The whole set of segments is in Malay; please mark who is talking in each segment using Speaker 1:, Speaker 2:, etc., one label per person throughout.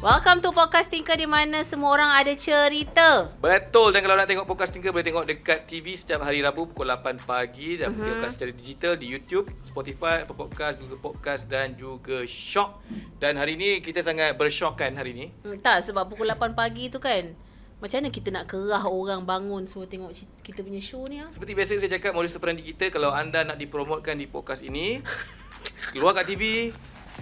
Speaker 1: Welcome to Podcast Tinker di mana semua orang ada cerita.
Speaker 2: Betul dan kalau nak tengok podcast Tinker boleh tengok dekat TV setiap hari Rabu pukul 8 pagi dan mm-hmm. tengokkan secara digital di YouTube, Spotify, Apple Podcast, Google Podcast dan juga Shock. Dan hari ni kita sangat bersyokkan hari ni.
Speaker 1: Hmm, tak sebab pukul 8 pagi tu kan. Macam mana kita nak kerah orang bangun suruh tengok ci- kita punya show ni ah?
Speaker 2: Seperti biasa saya cakap modus operandi kita kalau anda nak dipromotkan di podcast ini keluar kat TV,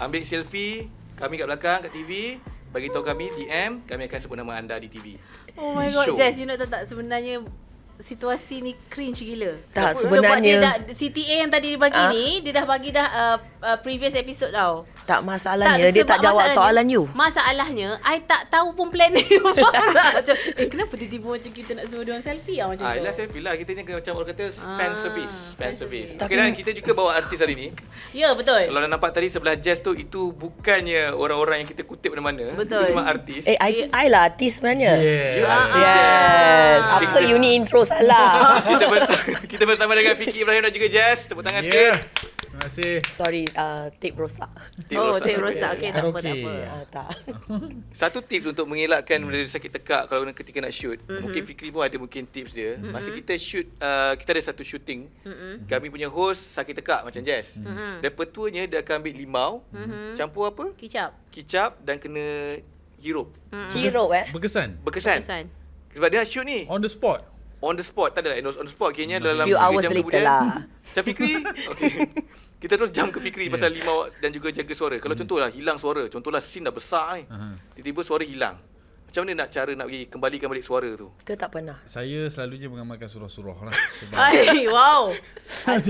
Speaker 2: ambil selfie, kami kat belakang kat TV, bagi tahu kami DM, kami akan sebut nama anda di TV.
Speaker 1: Oh my god,
Speaker 2: Show.
Speaker 1: Jess, you nak tahu tak sebenarnya situasi ni cringe gila.
Speaker 3: Tak,
Speaker 1: Sebab dia
Speaker 3: sebenarnya-
Speaker 1: dah CTA yang tadi dia bagi
Speaker 3: Ah.
Speaker 1: ni, dia dah bagi dah uh, uh, previous episode tau.
Speaker 3: Tak masalahnya tak, dia
Speaker 1: sebab
Speaker 3: tak jawab
Speaker 1: masalahnya-
Speaker 3: soalan you.
Speaker 1: Masalahnya I tak tahu pun plan dia Macam eh, Kenapa tiba-tiba macam kita nak suruh diorang selfie lah macam
Speaker 2: Ah, ialah
Speaker 1: tu
Speaker 2: selfie lah. Kita ni macam orang kata
Speaker 1: Ah,
Speaker 2: fan service.
Speaker 1: fan
Speaker 2: Fan service.
Speaker 3: service.
Speaker 2: Okay, dan kita juga bawa artis hari ni.
Speaker 1: Ya betul
Speaker 2: Kalau dah nampak tadi sebelah jazz tu, itu bukannya orang-orang yang kita kutip mana-mana.
Speaker 1: Betul.
Speaker 2: Itu semua artis.
Speaker 3: Eh, I, I lah artis sebenarnya.
Speaker 2: You artis.
Speaker 3: Yes.
Speaker 4: Ah.
Speaker 3: Apa you ni intro salah?
Speaker 2: Kita bersama, kita bersama dengan Fiki Ibrahim dan juga Jazz. Tepuk tangan yeah.
Speaker 4: Yeah.
Speaker 2: sikit.
Speaker 4: Terima kasih.
Speaker 3: Sorry, uh, tape rosak.
Speaker 2: Tip
Speaker 1: Oh
Speaker 2: rosak.
Speaker 1: tak rosak Okay tak apa tak
Speaker 4: Karaoke.
Speaker 1: apa
Speaker 3: Uh, tak.
Speaker 2: Satu tips untuk mengelakkan benda sakit tekak kalau ketika nak shoot. Mm-hmm. Mungkin Fikri pun ada mungkin tips dia. Mm-hmm. Masa kita shoot, uh, kita ada satu shooting. Mm-hmm. Kami punya host sakit tekak macam Jazz. Mm-hmm. Dan petuanya dia akan ambil limau, mm-hmm. campur apa?
Speaker 1: Kicap
Speaker 2: Kicap dan kena hirup.
Speaker 1: Hmm.
Speaker 3: Hero eh.
Speaker 4: Berkesan.
Speaker 2: Berkesan. Berkesan.
Speaker 1: Kesan
Speaker 2: Sebab dia nak shoot ni.
Speaker 4: On the spot.
Speaker 2: On the spot Tak adalah on the spot Kayaknya dalam
Speaker 3: Few
Speaker 2: tiga
Speaker 3: hours
Speaker 2: jam
Speaker 3: later
Speaker 2: kemudian,
Speaker 3: lah.
Speaker 2: Macam Fikri okay. Kita terus jam ke Fikri Pasal limau Dan juga jaga suara Kalau
Speaker 3: Hmm.
Speaker 2: contohlah Hilang suara Contohlah scene dah besar ni
Speaker 4: Aha.
Speaker 2: Tiba-tiba suara hilang Macam mana nak cara Nak pergi kembalikan balik suara tu
Speaker 3: Ke tak pernah.
Speaker 4: Saya selalu je mengamalkan surah-surah lah. Sebab
Speaker 1: Ay, wow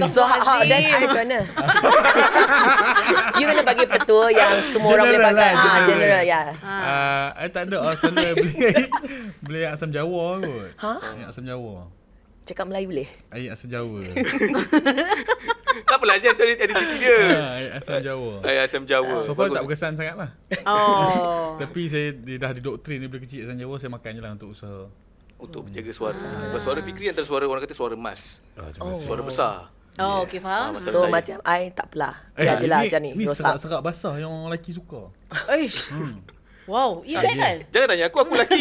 Speaker 3: So how, how then I
Speaker 1: Astaghfirullahaladzim
Speaker 3: macam mana? you kena bagi petua yang semua orang boleh
Speaker 4: General
Speaker 3: pakai.
Speaker 4: lah,
Speaker 3: Ah,
Speaker 4: general.
Speaker 3: general ya.
Speaker 4: uh, I tak ada. ah, Selalu I beli, beli air asam jawa kot.
Speaker 3: Ha?
Speaker 4: Air asam jawa.
Speaker 3: Cakap Melayu boleh?
Speaker 4: Air asam jawa.
Speaker 2: Tak apalah Just dari editing dia
Speaker 4: ha, air asam jawa.
Speaker 2: Ayah asam Jawa
Speaker 4: So far
Speaker 2: Bagus.
Speaker 4: tak berkesan sangat lah.
Speaker 1: Oh
Speaker 4: Tapi saya dia dah didoktrin daripada kecil asam jawa. Saya makan je lah untuk usaha.
Speaker 2: Untuk menjaga suara Sebab suara Fikri Antara suara orang kata Suara emas
Speaker 4: Ah, terima
Speaker 3: Ah. Oh.
Speaker 4: kasih.
Speaker 2: Suara besar
Speaker 1: Oh okay
Speaker 2: Ah,
Speaker 1: faham
Speaker 2: macam
Speaker 3: So
Speaker 2: saya.
Speaker 3: macam I tak pelah.
Speaker 4: Eh,
Speaker 3: Ya je lah macam ni.
Speaker 4: Ni
Speaker 3: Rosak.
Speaker 4: serak-serak basah yang orang lelaki suka.
Speaker 1: Eish Wow Is that kan
Speaker 2: Jangan tanya aku Aku lelaki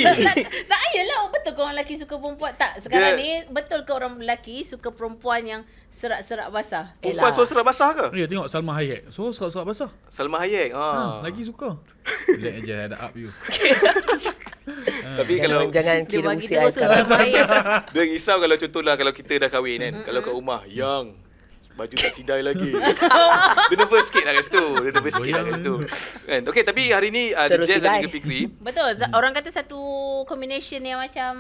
Speaker 1: tak ayalah lah. betul ke orang lelaki suka perempuan tak sekarang
Speaker 2: Dia-
Speaker 1: ni betul ke orang lelaki suka perempuan yang serak-serak basah
Speaker 2: Perempuan suara serap basah ke?
Speaker 4: Ya tengok Salma Hayek. So serak-serak basah.
Speaker 2: Salma Hayek ha.
Speaker 3: Ah,
Speaker 4: Ha, lagi suka. Relax je ada up you.
Speaker 2: Tapi
Speaker 3: Jangan,
Speaker 2: kalau
Speaker 3: jangan
Speaker 1: dia
Speaker 3: kira
Speaker 1: bagi
Speaker 3: usia I
Speaker 1: terus
Speaker 3: sekarang.
Speaker 1: serak air
Speaker 2: Dia risau kalau contohlah kalau kita dah kahwin kan. Kalau kat rumah yang baju tak sidai lagi. dia nervous sikit lah kat situ. Dia nervous sikit lah kat situ. Kan? Okay, tapi hari ni uh, The
Speaker 3: Terus
Speaker 2: Jazz dan
Speaker 3: sidai.
Speaker 2: juga Fikri
Speaker 1: Betul. Hmm. Orang kata satu combination yang macam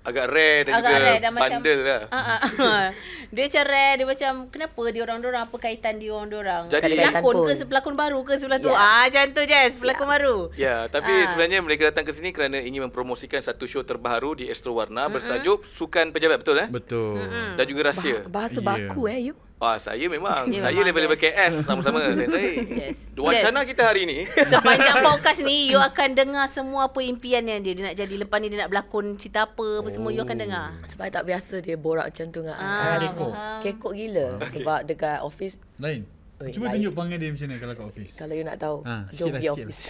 Speaker 2: agak rare dan
Speaker 1: agak
Speaker 2: juga
Speaker 1: rare dan macam
Speaker 2: bundle lah.
Speaker 1: Ah, ah, ah. dia macam rare, dia macam kenapa dia orang-orang apa kaitan dia orang-orang?
Speaker 2: Jadi- Tak ada
Speaker 3: kaitan
Speaker 1: pelakon
Speaker 3: pun.
Speaker 1: ke pelakon baru ke sebelah tu?
Speaker 3: Yes.
Speaker 1: Ah macam tu Jess, pelakon yes. baru.
Speaker 2: Ya, tapi
Speaker 1: Ah.
Speaker 2: sebenarnya mereka datang ke sini kerana ingin mempromosikan satu show terbaru di Astro Warna bertajuk Sukan Pejabat, betul eh?
Speaker 4: Betul.
Speaker 2: Dan juga rahsia.
Speaker 3: Bahasa
Speaker 4: Ya.
Speaker 3: baku eh you.
Speaker 2: Wah, saya memang.
Speaker 1: Ya,
Speaker 2: saya
Speaker 1: memang,
Speaker 2: level-level KS sama-sama. Saya, saya.
Speaker 1: Yes.
Speaker 2: Wacana kita hari ni.
Speaker 1: Sepanjang podcast ni you akan dengar semua apa impian yang dia, dia nak jadi lepas ni dia nak berlakon cerita apa apa semua you akan dengar.
Speaker 3: Sebab I tak biasa dia borak macam tu
Speaker 1: Ah,
Speaker 3: dengan ah, I.
Speaker 1: kekok.
Speaker 3: Kekok. Kekok
Speaker 4: Ah,
Speaker 3: gila. Sebab dekat office,
Speaker 4: Lain.
Speaker 3: Oi,
Speaker 4: Cuba
Speaker 3: lain.
Speaker 4: tunjuk panggil dia macam mana kalau kat office.
Speaker 3: kalau you nak tahu,
Speaker 4: Ah,
Speaker 3: jom
Speaker 4: sikit lah,
Speaker 3: pergi
Speaker 4: sikit
Speaker 3: office.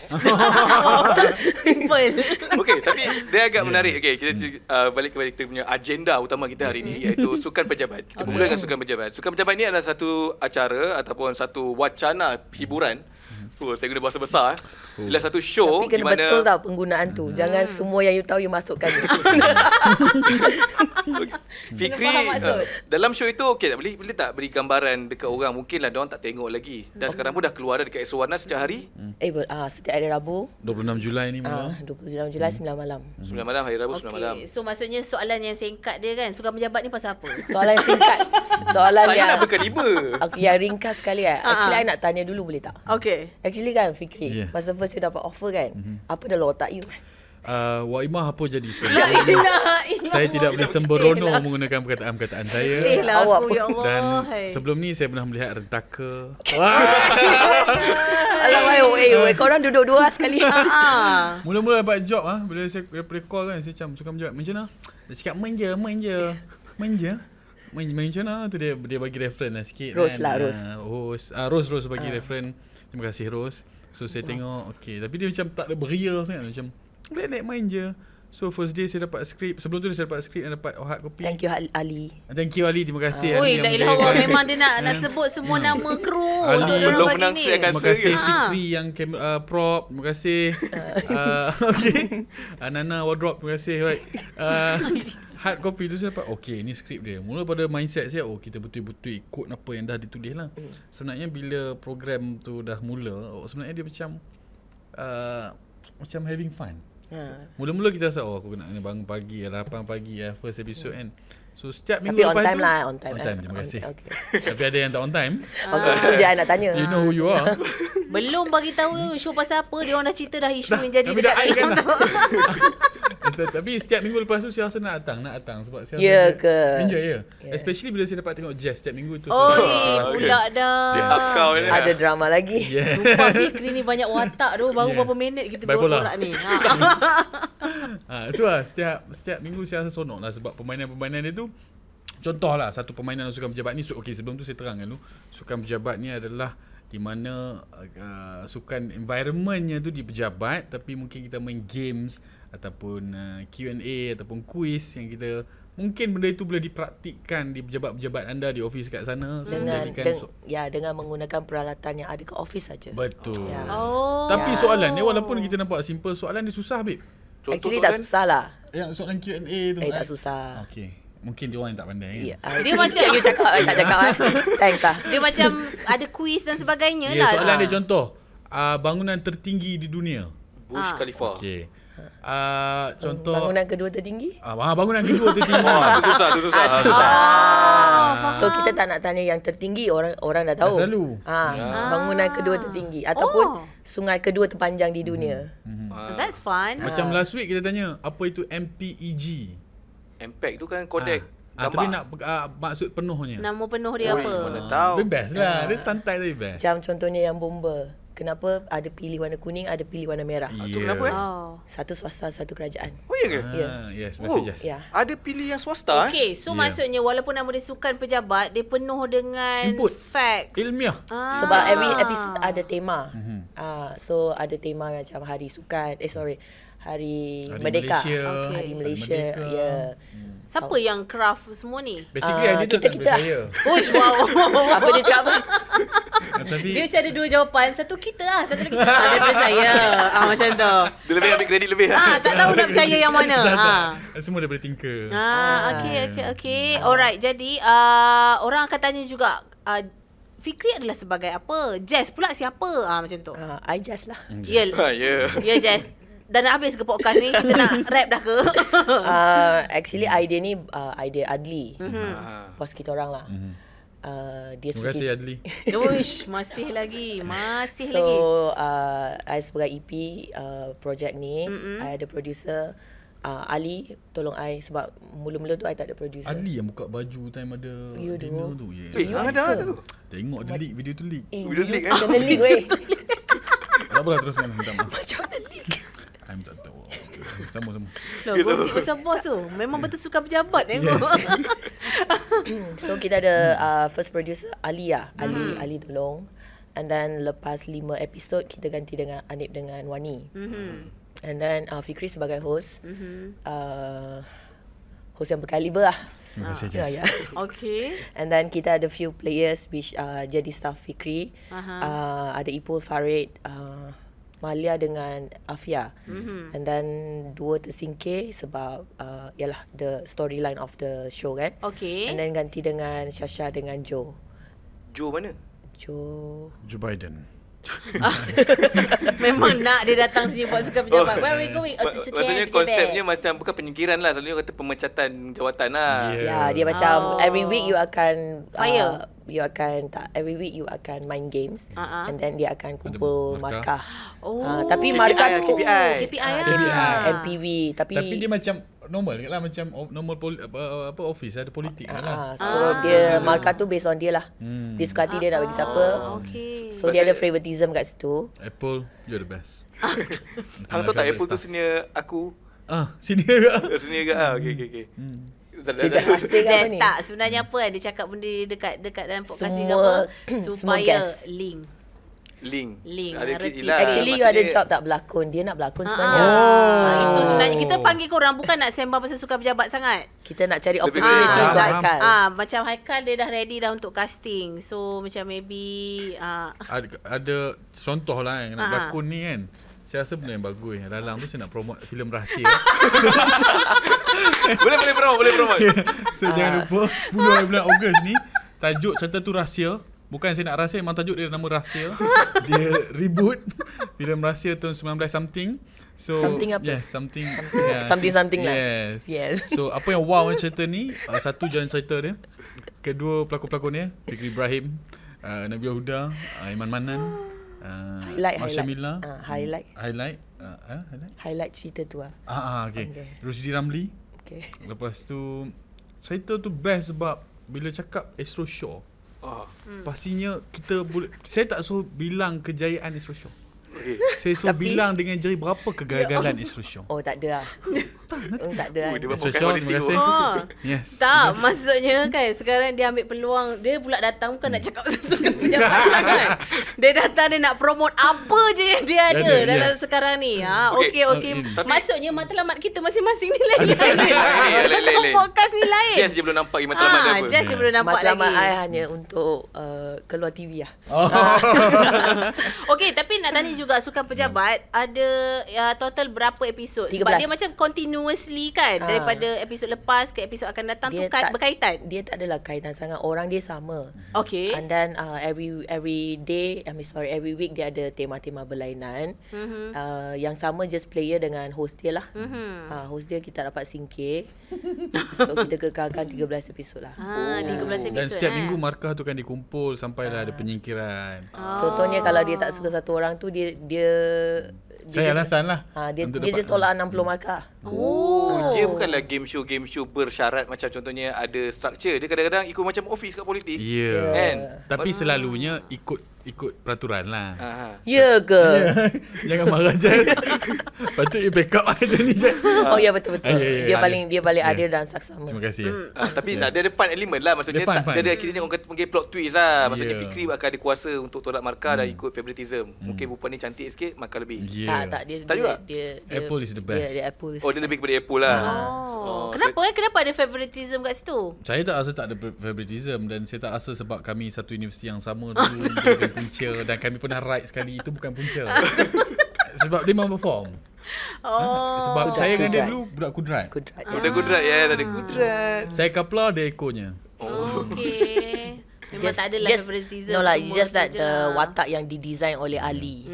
Speaker 1: Simple.
Speaker 2: Okey, tapi dia agak menarik. Okey, kita uh, balik kepada kita punya agenda utama kita hari ini iaitu sukan pejabat. Kita bermula dengan sukan pejabat. Sukan pejabat ni adalah satu acara ataupun satu wacana hiburan. Oh, saya guna bahasa besar. eh. Ialah satu show
Speaker 3: Tapi
Speaker 2: di
Speaker 3: kena
Speaker 2: mana
Speaker 3: betul tau penggunaan tu.
Speaker 4: Hmm.
Speaker 3: Jangan
Speaker 1: Hmm.
Speaker 3: semua yang you tahu you masukkan.
Speaker 2: Fikri
Speaker 1: Kena faham maksud.
Speaker 2: uh, dalam show itu okey tak boleh boleh tak beri gambaran dekat orang mungkinlah dia orang tak tengok lagi. Dan sekarang pun dah keluar dah dekat Esok Warna setiap hari.
Speaker 4: Hmm.
Speaker 3: eh, bol- ah, setiap hari Rabu,
Speaker 4: 26 Julai ni
Speaker 3: ah,
Speaker 4: mula.
Speaker 3: 29 Julai 9 malam.
Speaker 2: 9 malam hari
Speaker 1: Oh.
Speaker 2: Rabu 9 malam.
Speaker 1: Okay. So maksudnya soalan yang singkat dia kan, sukan pejabat ni pasal apa?
Speaker 3: Soalan yang singkat. Soalan
Speaker 2: Saya
Speaker 3: yang
Speaker 2: nak berkeliba.
Speaker 3: okay, yang ringkas sekali
Speaker 1: Ah,
Speaker 3: eh. Actually, I nak tanya dulu boleh tak?
Speaker 1: Okay.
Speaker 3: Actually kan Fikri,
Speaker 4: Yeah. Mm-hmm.
Speaker 3: masa first you dapat offer kan, apa dalam otak you?
Speaker 4: Uh, Waimah apa jadi
Speaker 1: La
Speaker 4: sekarang?
Speaker 1: ilaha illallah.
Speaker 4: saya tidak boleh sembrono menggunakan perkataan-perkataan saya.
Speaker 1: Eh lah
Speaker 3: Awak
Speaker 1: aku
Speaker 3: pun.
Speaker 1: ya Allah.
Speaker 4: Dan
Speaker 1: hai.
Speaker 4: sebelum ni saya pernah melihat rentaka.
Speaker 3: Alah, weh, weh, weh, korang duduk dua sekali.
Speaker 1: Ah.
Speaker 4: Mula-mula dapat job ah, bila saya daripada call kan, saya macam suka menjawab macam mana? Dia cakap main je, main je. Main je. Main, main macam mana tu dia dia bagi reference lah sikit
Speaker 3: Rose
Speaker 4: kan.
Speaker 3: lah,
Speaker 4: Ah,
Speaker 3: Rose.
Speaker 4: Rose. Ah, Rose Rose bagi reference Terima kasih Ros So
Speaker 3: Ah.
Speaker 4: saya tengok Okay Tapi dia macam tak ada beria sangat Macam Lelek main je So first day saya dapat skrip Sebelum tu saya dapat skrip Dan dapat hard copy
Speaker 3: Thank you Ah. Ali.
Speaker 4: Thank you Ali Terima kasih
Speaker 1: Oi, la
Speaker 4: Ali yang kan.
Speaker 1: ilaha
Speaker 4: boleh-
Speaker 1: Allah. Memang dia nak, nak sebut semua nama kru
Speaker 4: Ali.
Speaker 1: untuk
Speaker 4: Belum
Speaker 1: orang bagi
Speaker 2: menang
Speaker 1: ni.
Speaker 2: saya akan
Speaker 4: Terima
Speaker 2: Rasa ke?
Speaker 4: kasih
Speaker 3: Ah.
Speaker 4: Fikri yang kem, uh, prop. Terima kasih. Uh, okay. Uh, Nana wardrobe. Terima kasih. Right. Uh, hard copy tu saya dapat. Okay, ni skrip dia. Mula pada mindset saya, oh kita betul-betul ikut apa yang dah ditulis lah.
Speaker 3: Hmm.
Speaker 4: Sebenarnya bila program tu dah mula, oh, sebenarnya dia macam uh, macam having fun.
Speaker 3: Ha.
Speaker 4: Mula-mula kita rasa oh aku nak kena bangun pagi lah 8 pagi lah first episode kan. So setiap minggu
Speaker 3: Hmm. Tapi on
Speaker 4: lepas
Speaker 3: time
Speaker 4: tu,
Speaker 3: lah, on time.
Speaker 4: On
Speaker 3: eh.
Speaker 4: time, terima kasih.
Speaker 3: Okay. Ya.
Speaker 4: Tapi ada yang tak on time.
Speaker 1: Ah.
Speaker 3: Okay, tu je I nak tanya.
Speaker 4: You know who you are.
Speaker 1: Belum bagi tahu show pasal apa. Dia orang dah cerita dah isu yang jadi
Speaker 4: tapi
Speaker 1: dekat
Speaker 4: dah kan? airkan
Speaker 1: film
Speaker 4: dah.
Speaker 1: tu.
Speaker 4: Ustaz, Tapi setiap minggu lepas tu Saya rasa nak datang Nak datang sebab saya
Speaker 3: Ya
Speaker 4: rasa-
Speaker 3: ke?
Speaker 4: Enjoy ya
Speaker 3: Ya.
Speaker 4: yeah. Especially bila saya dapat tengok jazz Setiap minggu tu
Speaker 1: Oi,
Speaker 4: Ah,
Speaker 2: okay.
Speaker 1: Oh, pula
Speaker 2: Dia
Speaker 1: dah.
Speaker 2: up kau ni.
Speaker 3: Ada drama lagi.
Speaker 4: Yeah
Speaker 1: Sumpah Fikri ni banyak watak tu. Baru
Speaker 4: Yeah.
Speaker 1: berapa minit kita
Speaker 4: Bipolar.
Speaker 1: borak ni. Ha.
Speaker 4: ha, Itu lah setiap, setiap minggu saya rasa sonok lah Sebab permainan-permainan dia tu Contoh lah Satu permainan sukan pejabat ni so, Okay sebelum tu saya terangkan tu Sukan pejabat ni adalah di mana uh, sukan environmentnya tu di pejabat tapi mungkin kita main games ataupun uh, Q&A ataupun quiz yang kita mungkin benda itu boleh dipraktikkan di pejabat-pejabat anda di office kat sana so
Speaker 3: Hmm. Dengan,
Speaker 4: menjadikan
Speaker 3: deng,
Speaker 4: so-
Speaker 3: ya, dengan menggunakan peralatan yang ada ke office saja.
Speaker 4: Betul.
Speaker 3: Ya.
Speaker 1: Oh.
Speaker 4: Tapi soalan ni walaupun kita nampak simple, soalan dia susah babe.
Speaker 3: Actually
Speaker 4: kan-
Speaker 2: kan,
Speaker 3: tak susah lah.
Speaker 4: Yang Ya, soalan Q&A tu. kan?
Speaker 3: Eh, tak susah.
Speaker 4: Okey. Mungkin dia orang yang tak pandai kan.
Speaker 3: Ya,
Speaker 1: Dia
Speaker 3: itu
Speaker 1: macam-
Speaker 3: you cakap I tak cakap eh. Thanks lah.
Speaker 1: Dia macam ada kuis dan sebagainya lah.
Speaker 4: Ya, soalan
Speaker 1: Ah.
Speaker 4: dia contoh. Uh, bangunan tertinggi di dunia.
Speaker 2: Bush
Speaker 1: Ah.
Speaker 2: Khalifa.
Speaker 4: Okey. Uh, contoh
Speaker 3: Bangunan kedua tertinggi.
Speaker 4: Ah, bangunan kedua tertinggi.
Speaker 2: Ah, tu susah, tu susah.
Speaker 3: Ah,
Speaker 2: Ah,
Speaker 3: susah.
Speaker 1: faham.
Speaker 3: So kita tak nak tanya yang tertinggi orang orang dah tahu.
Speaker 4: Ah. Dah selalu. Ah.
Speaker 3: Ha, bangunan kedua tertinggi ataupun
Speaker 1: Oh.
Speaker 3: sungai kedua terpanjang di dunia.
Speaker 4: Hmm.
Speaker 2: Ah.
Speaker 1: That's fun.
Speaker 4: Macam last week kita tanya, apa itu MPEG?
Speaker 2: Impact tu kan kodek.
Speaker 4: Ah, tapi nak uh, maksud penuhnya.
Speaker 1: Nama penuh dia
Speaker 2: Oi,
Speaker 1: apa?
Speaker 2: mana tahu.
Speaker 4: Dia best
Speaker 3: Ya.
Speaker 4: lah. Dia santai tapi best.
Speaker 3: Macam contohnya yang bomba. Kenapa ada pilih warna kuning, ada pilih warna merah?
Speaker 4: Hmm.
Speaker 2: Tu kenapa eh?
Speaker 1: Oh.
Speaker 3: Satu swasta, satu kerajaan.
Speaker 2: Oh ya ke?
Speaker 3: Ya.
Speaker 4: Ya. Ah, yes,
Speaker 2: Oh,
Speaker 4: message us.
Speaker 3: Ya.
Speaker 2: ada pilih yang swasta eh?
Speaker 1: Okay, so
Speaker 4: Ya.
Speaker 1: maksudnya walaupun nama dia sukan pejabat, dia penuh dengan
Speaker 4: Input.
Speaker 1: facts.
Speaker 4: Ilmiah.
Speaker 1: Ah.
Speaker 3: Sebab every episode ada tema.
Speaker 4: Mhm.
Speaker 3: Mm-hmm. Uh, so ada tema macam hari sukan, eh sorry, hari,
Speaker 4: Hari
Speaker 3: merdeka,
Speaker 4: Malaysia,
Speaker 1: Okey.
Speaker 3: hari Malaysia.
Speaker 4: Hari
Speaker 3: Ya.
Speaker 4: Merdeka.
Speaker 3: Yeah.
Speaker 1: Siapa yang craft semua ni?
Speaker 4: Basically
Speaker 3: Ah,
Speaker 4: idea tu
Speaker 3: kita-
Speaker 4: tak
Speaker 3: kita-
Speaker 4: daripada saya.
Speaker 1: Uish, wow.
Speaker 3: Apa dia cakap apa?
Speaker 4: Ah, Tapi
Speaker 1: dia macam ada dua jawapan. Satu kita lah, satu lagi kita tak daripada saya. Ah, macam tu.
Speaker 2: Dia lebih ambil kredit lebih. eh?
Speaker 1: Ah, tak tahu nak percaya yang mana.
Speaker 4: tak, tak.
Speaker 1: Ah.
Speaker 4: Semua daripada tinker.
Speaker 1: Ah, okey okey okey. Alright, jadi uh, orang akan tanya juga uh, Fikri adalah sebagai apa? Jazz pula siapa? Ah macam tu.
Speaker 3: Uh, I just lah.
Speaker 4: Mhm.
Speaker 1: Ya,
Speaker 2: Ha, ya.
Speaker 1: ya Jazz. Dah nak habis ke podcast ni? Kita nak rap dah ke?
Speaker 3: uh, actually
Speaker 4: Mhm.
Speaker 3: idea ni uh, idea Adli. Bos kita orang lah. Uh, dia
Speaker 4: Mhm. Terima kasih Adli.
Speaker 1: Uish, masih lagi. Masih
Speaker 3: So
Speaker 1: lagi.
Speaker 3: uh, I sebagai EP uh, project ni, mm-hmm. I ada producer uh, Ali tolong I sebab mula-mula tu I tak ada producer.
Speaker 4: Adli yang buka baju time ada
Speaker 3: You do.
Speaker 4: dinner tu. Ya.
Speaker 2: Eh, hang ada tu.
Speaker 4: Tengok dia leak video tu leak.
Speaker 3: Eh,
Speaker 2: Video
Speaker 3: you
Speaker 2: leak, eh?
Speaker 3: macam leak weh.
Speaker 4: Tak apalah teruskan minta maaf.
Speaker 3: Macam mana leak?
Speaker 4: I'm tak tahu. Sama sama.
Speaker 1: Loh, gosip pasal bos tu. Memang betul suka pejabat eh, tengok.
Speaker 3: So kita ada uh, first producer Ali lah. Ali Ali tolong. And then lepas lima episod kita ganti dengan Anip dengan Wani. Mm-hmm. And then uh, Fikri sebagai host. Mm-hmm. Uh, host yang berkaliber lah.
Speaker 4: Terima kasih
Speaker 3: Ya,
Speaker 4: Jess.
Speaker 3: ya.
Speaker 1: Okey.
Speaker 3: And then kita ada few players which uh, jadi staff Fikri. Uh-huh. Uh, ada Ipul Farid, uh, Malia dengan Afia. Mm-hmm. And then dua tersingkir sebab uh, ialah the storyline of the show kan.
Speaker 1: Okey.
Speaker 3: And then ganti dengan Shasha dengan Joe.
Speaker 2: Joe mana?
Speaker 3: Joe.
Speaker 4: Joe Biden.
Speaker 1: Memang nak dia datang sini buat suka pejabat. Where we going? Oh, to
Speaker 2: Ma- Maksudnya
Speaker 1: Sukan,
Speaker 2: konsepnya
Speaker 1: Pejabat.
Speaker 2: macam bukan penyingkiran lah. Selalunya kata pemecatan jawatan lah.
Speaker 4: Ya.
Speaker 3: Ya, yeah, dia macam oh. every week you akan uh,
Speaker 1: Fire.
Speaker 3: you akan tak every week you akan main games
Speaker 1: Ah, ah.
Speaker 3: and then dia akan kumpul
Speaker 4: markah.
Speaker 3: markah.
Speaker 1: Oh,
Speaker 3: Ah, tapi markah tu
Speaker 2: KPI.
Speaker 1: KPI lah.
Speaker 3: KPI, MPV tapi
Speaker 4: Tapi dia macam normal kat lah macam o- normal poli, apa, apa office ada politik kat lah.
Speaker 3: Ah,
Speaker 4: Hmm.
Speaker 3: so dia markah tu based on dia lah. Dia suka hati dia
Speaker 1: Ah,
Speaker 3: nak bagi siapa.
Speaker 1: oh, Okey.
Speaker 3: Hmm. So dia ada favoritism kat situ.
Speaker 4: Apple, you're the best.
Speaker 3: Ah.
Speaker 4: lah
Speaker 2: Hang tahu tak Apple tu senior aku?
Speaker 4: Ah, sini ke?
Speaker 2: Eh, Senior ke? Ah, okay, okay, okay.
Speaker 4: Hmm.
Speaker 2: Tak, tak,
Speaker 3: Dia
Speaker 2: tak.
Speaker 3: rahsia kat apa
Speaker 1: Jazz
Speaker 3: ni?
Speaker 1: tak sebenarnya apa yang dia cakap benda dia dekat dekat dalam podcast ni ke
Speaker 3: Semua-
Speaker 1: apa
Speaker 3: semua
Speaker 1: supaya
Speaker 3: guest.
Speaker 1: link
Speaker 2: Link.
Speaker 1: Link,
Speaker 2: Ada
Speaker 1: narrative.
Speaker 2: kira lah.
Speaker 3: ah, Actually you ada
Speaker 2: Maksudnya,
Speaker 3: job tak berlakon. Dia nak berlakon sebenarnya.
Speaker 1: Ah,
Speaker 4: Oh.
Speaker 1: Itu sebenarnya kita panggil korang bukan nak sembang pasal suka pejabat sangat.
Speaker 3: Kita nak cari
Speaker 2: Lebih
Speaker 3: opportunity
Speaker 2: kurang.
Speaker 3: untuk
Speaker 4: Faham.
Speaker 3: Haikal.
Speaker 1: Ah, macam Haikal dia dah ready dah untuk casting. So macam maybe ah
Speaker 4: ada, ada contoh
Speaker 3: Ah,
Speaker 4: lah yang nak
Speaker 1: Ha.
Speaker 4: berlakon ni kan saya rasa benda yang bagus yang dalam tu saya nak promote filem rahsia
Speaker 2: Boleh boleh promote, boleh promote.
Speaker 4: so jangan lupa 10 hari bulan Ogos ni tajuk cerita tu rahsia bukan saya nak rahsia memang tajuk dia nama rahsia dia reboot filem rahsia tahun 19 something so
Speaker 3: Something apa?
Speaker 4: yes something yeah,
Speaker 3: Something,
Speaker 4: since-
Speaker 3: something lah.
Speaker 4: yes
Speaker 3: Yes.
Speaker 4: so apa yang wow dengan cerita ni uh, satu jalan cerita dia kedua pelakon-pelakon dia Fikri Ibrahim uh, Nabilah Huda uh, Iman Manan uh,
Speaker 3: Highlight,
Speaker 4: Marsha
Speaker 3: highlight.
Speaker 4: Mila
Speaker 3: Ah, highlight.
Speaker 4: highlight uh, uh, highlight
Speaker 3: Highlight cerita tu lah.
Speaker 4: ah, ah okay.
Speaker 3: Okay.
Speaker 4: okay Rusdi Ramli
Speaker 3: Okay.
Speaker 4: Lepas tu Cerita tu best sebab Bila cakap Astro Shaw
Speaker 2: Oh,
Speaker 4: hmm. Pastinya kita boleh Saya tak suruh bilang kejayaan Astro Shaw
Speaker 2: okay.
Speaker 4: Saya suruh
Speaker 3: Tapi-
Speaker 4: Tapi, bilang dengan jari berapa kegagalan Astro Shaw
Speaker 3: Oh tak ada lah. Hmm, tak ada
Speaker 2: Ui,
Speaker 3: kan.
Speaker 2: dia
Speaker 4: Astro
Speaker 2: bukan
Speaker 4: Shaw terima
Speaker 2: quality.
Speaker 4: kasih
Speaker 2: Oh.
Speaker 1: ah.
Speaker 4: Yes
Speaker 1: Tak, maksudnya kan sekarang dia ambil peluang, dia pula datang bukan nak cakap pasal sukan
Speaker 2: Hmm.
Speaker 1: pejabat sangat. lah kan. Dia datang dia nak promote apa je yang dia ada
Speaker 4: Ada,
Speaker 1: dalam
Speaker 4: yes.
Speaker 1: sekarang ni. Ha, okey
Speaker 2: Okay, Hmm.
Speaker 1: okey.
Speaker 4: uh, in.
Speaker 2: Tapi-
Speaker 1: Maksudnya matlamat kita masing-masing ni lain.
Speaker 2: lain, lain, lain, lain.
Speaker 1: Podcast ni lain.
Speaker 2: Jazz dia belum nampak Iman Talaman
Speaker 3: Ah,
Speaker 2: dia apa.
Speaker 1: Jazz dia belum nampak
Speaker 3: Matlamat
Speaker 1: lagi.
Speaker 3: I hanya untuk uh, keluar TV lah.
Speaker 4: oh.
Speaker 1: Okey, tapi nak tanya juga sukan pejabat ada uh, total berapa episod? Sebab
Speaker 3: 13.
Speaker 1: dia macam continuously kan
Speaker 3: Ah.
Speaker 1: daripada episod lepas ke episod akan datang tu kait, berkaitan. Eh?
Speaker 3: Dia tak adalah kaitan sangat. Orang dia sama.
Speaker 1: Okey.
Speaker 3: And then uh, every every day, I mean sorry, every week dia ada tema-tema berlainan. Mm-hmm. Uh, yang sama just player dengan host dia lah. Mm-hmm. Uh, host dia kita dapat singkir. so kita kekalkan 13 episod lah.
Speaker 1: Ha, 13 episod.
Speaker 4: Oh. Dan setiap
Speaker 1: eh.
Speaker 4: minggu markah tu kan dikumpul
Speaker 3: Ah.
Speaker 4: Sampailah ada penyingkiran
Speaker 3: Contohnya kalau dia tak suka satu orang tu dia dia
Speaker 4: Saya
Speaker 3: just-
Speaker 4: alasan lah
Speaker 3: Ha, dia,
Speaker 4: untuk
Speaker 3: dia
Speaker 4: dapat-
Speaker 3: just tolak 60 markah.
Speaker 1: Oh.
Speaker 2: Dia bukanlah game show game show bersyarat macam contohnya ada structure. Dia kadang-kadang ikut macam office kat politik.
Speaker 4: Ya
Speaker 2: Kan?
Speaker 4: Tapi
Speaker 3: Ah.
Speaker 4: selalunya ikut ikut peraturan lah
Speaker 2: Ha, ha.
Speaker 3: Ya ke?
Speaker 4: Jangan marah Jal Patut you back up ada ni Jal
Speaker 3: Oh ya betul betul.
Speaker 4: Ah, ya, ya,
Speaker 3: Dia
Speaker 4: ya.
Speaker 3: paling dia paling
Speaker 4: Ya.
Speaker 3: adil dan saksama.
Speaker 4: Terima kasih ya.
Speaker 3: Hmm.
Speaker 2: Ah, tapi nak dia ada fun element lah maksudnya
Speaker 4: Dia fun,
Speaker 2: tak,
Speaker 4: fun. Ya.
Speaker 2: dia ada akhirnya orang kata panggil plot twist lah maksudnya
Speaker 4: Yeah.
Speaker 2: Fikri akan ada kuasa untuk tolak markah dan ikut favoritism mungkin perempuan ni cantik sikit markah lebih
Speaker 4: Hmm. Ya
Speaker 3: Tak tak dia
Speaker 2: Tak
Speaker 3: dia,
Speaker 2: juga?
Speaker 3: dia, dia ya,
Speaker 4: Apple is
Speaker 3: Dia,
Speaker 4: the best.
Speaker 3: dia Apple is.
Speaker 2: oh dia lebih kepada Apple lah
Speaker 1: Oh. Kenapa eh? Kenapa ada favoritism kat situ?
Speaker 4: Saya tak rasa tak ada fa- favoritism dan saya tak rasa sebab kami satu universiti yang sama dulu itu bukan punca dan kami pernah write sekali itu bukan punca. sebab dia memang perform. Ha?
Speaker 1: Oh.
Speaker 4: Sebab
Speaker 3: Kudrat,
Speaker 4: saya dengan dia
Speaker 3: kudrat.
Speaker 4: dulu budak kudrat.
Speaker 3: Kudrat.
Speaker 2: Ada
Speaker 1: Ah.
Speaker 2: kudrat ya, ada kudrat.
Speaker 4: Saya kapla dia ekonya.
Speaker 1: Oh, okay. Memang tak ada lah favoritism.
Speaker 3: No lah,
Speaker 1: Cuma
Speaker 3: it's ya. just
Speaker 1: tu
Speaker 3: that
Speaker 1: je
Speaker 3: the
Speaker 1: lah.
Speaker 3: watak yang didesign oleh
Speaker 4: Hmm.
Speaker 3: Ali.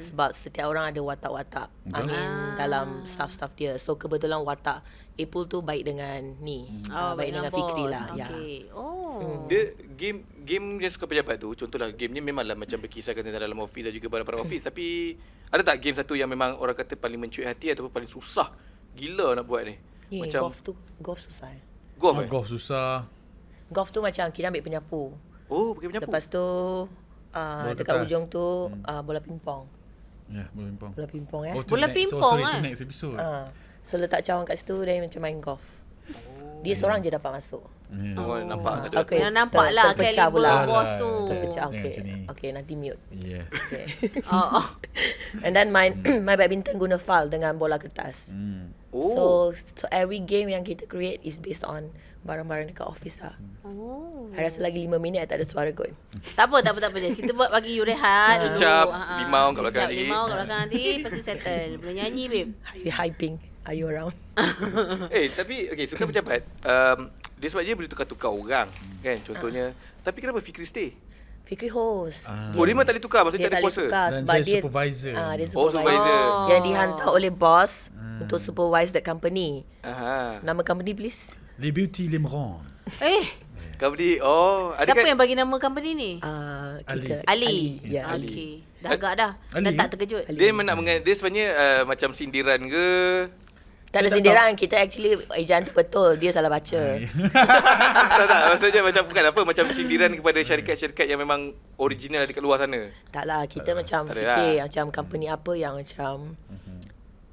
Speaker 3: Sebab setiap orang ada watak-watak. I mean
Speaker 1: Ah.
Speaker 3: dalam staff-staff dia. So kebetulan watak Apple tu baik dengan ni.
Speaker 1: Oh,
Speaker 3: ah, baik dengan Fikri
Speaker 1: boss.
Speaker 3: lah. Ya. Hmm.
Speaker 1: Okay. Oh.
Speaker 2: Dia game game dia suka pejabat tu contohlah gamenya memanglah macam berkisahkan tentang dalam office dan juga barang-barang
Speaker 3: Hmm.
Speaker 2: office tapi ada tak game satu yang memang orang kata paling mencuit hati ataupun paling susah gila nak buat ni?
Speaker 3: Yeah,
Speaker 2: macam
Speaker 3: golf tu golf susah. eh.
Speaker 2: golf.
Speaker 4: Oh,
Speaker 2: eh?
Speaker 4: golf susah.
Speaker 3: Golf tu macam kita ambil penyapu.
Speaker 2: Oh, pakai penyapu.
Speaker 3: Lepas tu uh,
Speaker 4: Bola
Speaker 3: dekat
Speaker 4: kertas. Hmm.
Speaker 3: ujung tu uh, bola pingpong.
Speaker 4: Ya, yeah, bola pingpong.
Speaker 3: Bola pingpong ya.
Speaker 4: Oh, tu
Speaker 1: Bola
Speaker 4: next.
Speaker 1: pingpong,
Speaker 4: oh, sorry, tu
Speaker 1: eh?
Speaker 4: next episode.
Speaker 3: Ha. So letak cawan kat situ dan macam main golf.
Speaker 4: Oh.
Speaker 3: Dia seorang je dapat masuk.
Speaker 4: Yeah.
Speaker 2: Oh, nampak
Speaker 3: Ah,
Speaker 2: tak tu?
Speaker 1: Yang nampak
Speaker 3: ter-
Speaker 1: lah
Speaker 3: terpecah
Speaker 1: caliber
Speaker 3: bola.
Speaker 1: boss tu.
Speaker 3: Terpecah
Speaker 4: Ya,
Speaker 3: okey.
Speaker 4: macam ni.
Speaker 3: Okey nanti mute.
Speaker 4: Yeah.
Speaker 3: Okay.
Speaker 1: Oh, oh.
Speaker 3: And then main main badminton guna fal dengan bola kertas.
Speaker 4: Hmm.
Speaker 2: Oh.
Speaker 3: So, so every game yang kita create is based on barang-barang dekat office lah.
Speaker 4: Hmm.
Speaker 1: Oh.
Speaker 3: Saya rasa lagi 5 minit I tak ada suara kot.
Speaker 1: Tak apa, tak apa, tak apa. Jess. Kita buat bagi you rehat dulu.
Speaker 2: Kicap,
Speaker 1: Ah, ah.
Speaker 2: limau kat belakang
Speaker 1: Kicap,
Speaker 2: nanti.
Speaker 1: Limau kat belakang nanti. Pasti settle. Boleh nyanyi, babe.
Speaker 3: Hi, hi Ping, are you around?
Speaker 2: Eh tapi okay, suka pejabat um, Dia sebab dia boleh tukar-tukar orang Kan contohnya
Speaker 3: Ah.
Speaker 2: Tapi kenapa Fikri stay?
Speaker 3: Fikri host.
Speaker 2: Oh dia memang tak boleh tukar Maksudnya
Speaker 3: Hmm. dia
Speaker 2: tak ada
Speaker 3: tak boleh
Speaker 2: kuasa
Speaker 3: tukar
Speaker 4: Ah. Dan
Speaker 3: sebab
Speaker 4: saya
Speaker 3: dia
Speaker 4: supervisor.
Speaker 3: Ah, dia
Speaker 2: Oh
Speaker 3: supervisor.
Speaker 2: supervisor
Speaker 3: Yang dihantar oleh bos
Speaker 4: Ah.
Speaker 3: untuk supervise that company.
Speaker 2: Aha.
Speaker 3: Nama company please?
Speaker 4: Les Beauty Limeron.
Speaker 1: Eh,
Speaker 2: Kau beli Oh ada
Speaker 1: siapa
Speaker 2: kan
Speaker 1: yang bagi nama company ni?
Speaker 3: Uh,
Speaker 4: Ali.
Speaker 3: kita,
Speaker 1: Ah, Ali.
Speaker 3: Ali. Ya, Ali.
Speaker 1: Okay. Dah agak dah. Dah
Speaker 4: Ali?
Speaker 1: tak terkejut.
Speaker 2: Dia memang nak mengen- Dia sebenarnya uh, Macam sindiran ke
Speaker 3: Tak ada sindiran. Kita actually ejaan tu betul. Dia salah baca.
Speaker 2: Tak tak Maksudnya macam Bukan apa Macam sindiran kepada syarikat-syarikat Yang memang Original dekat luar sana
Speaker 3: Tak lah. Kita macam
Speaker 2: Tak ada
Speaker 3: fikir
Speaker 2: lah.
Speaker 3: macam company apa yang macam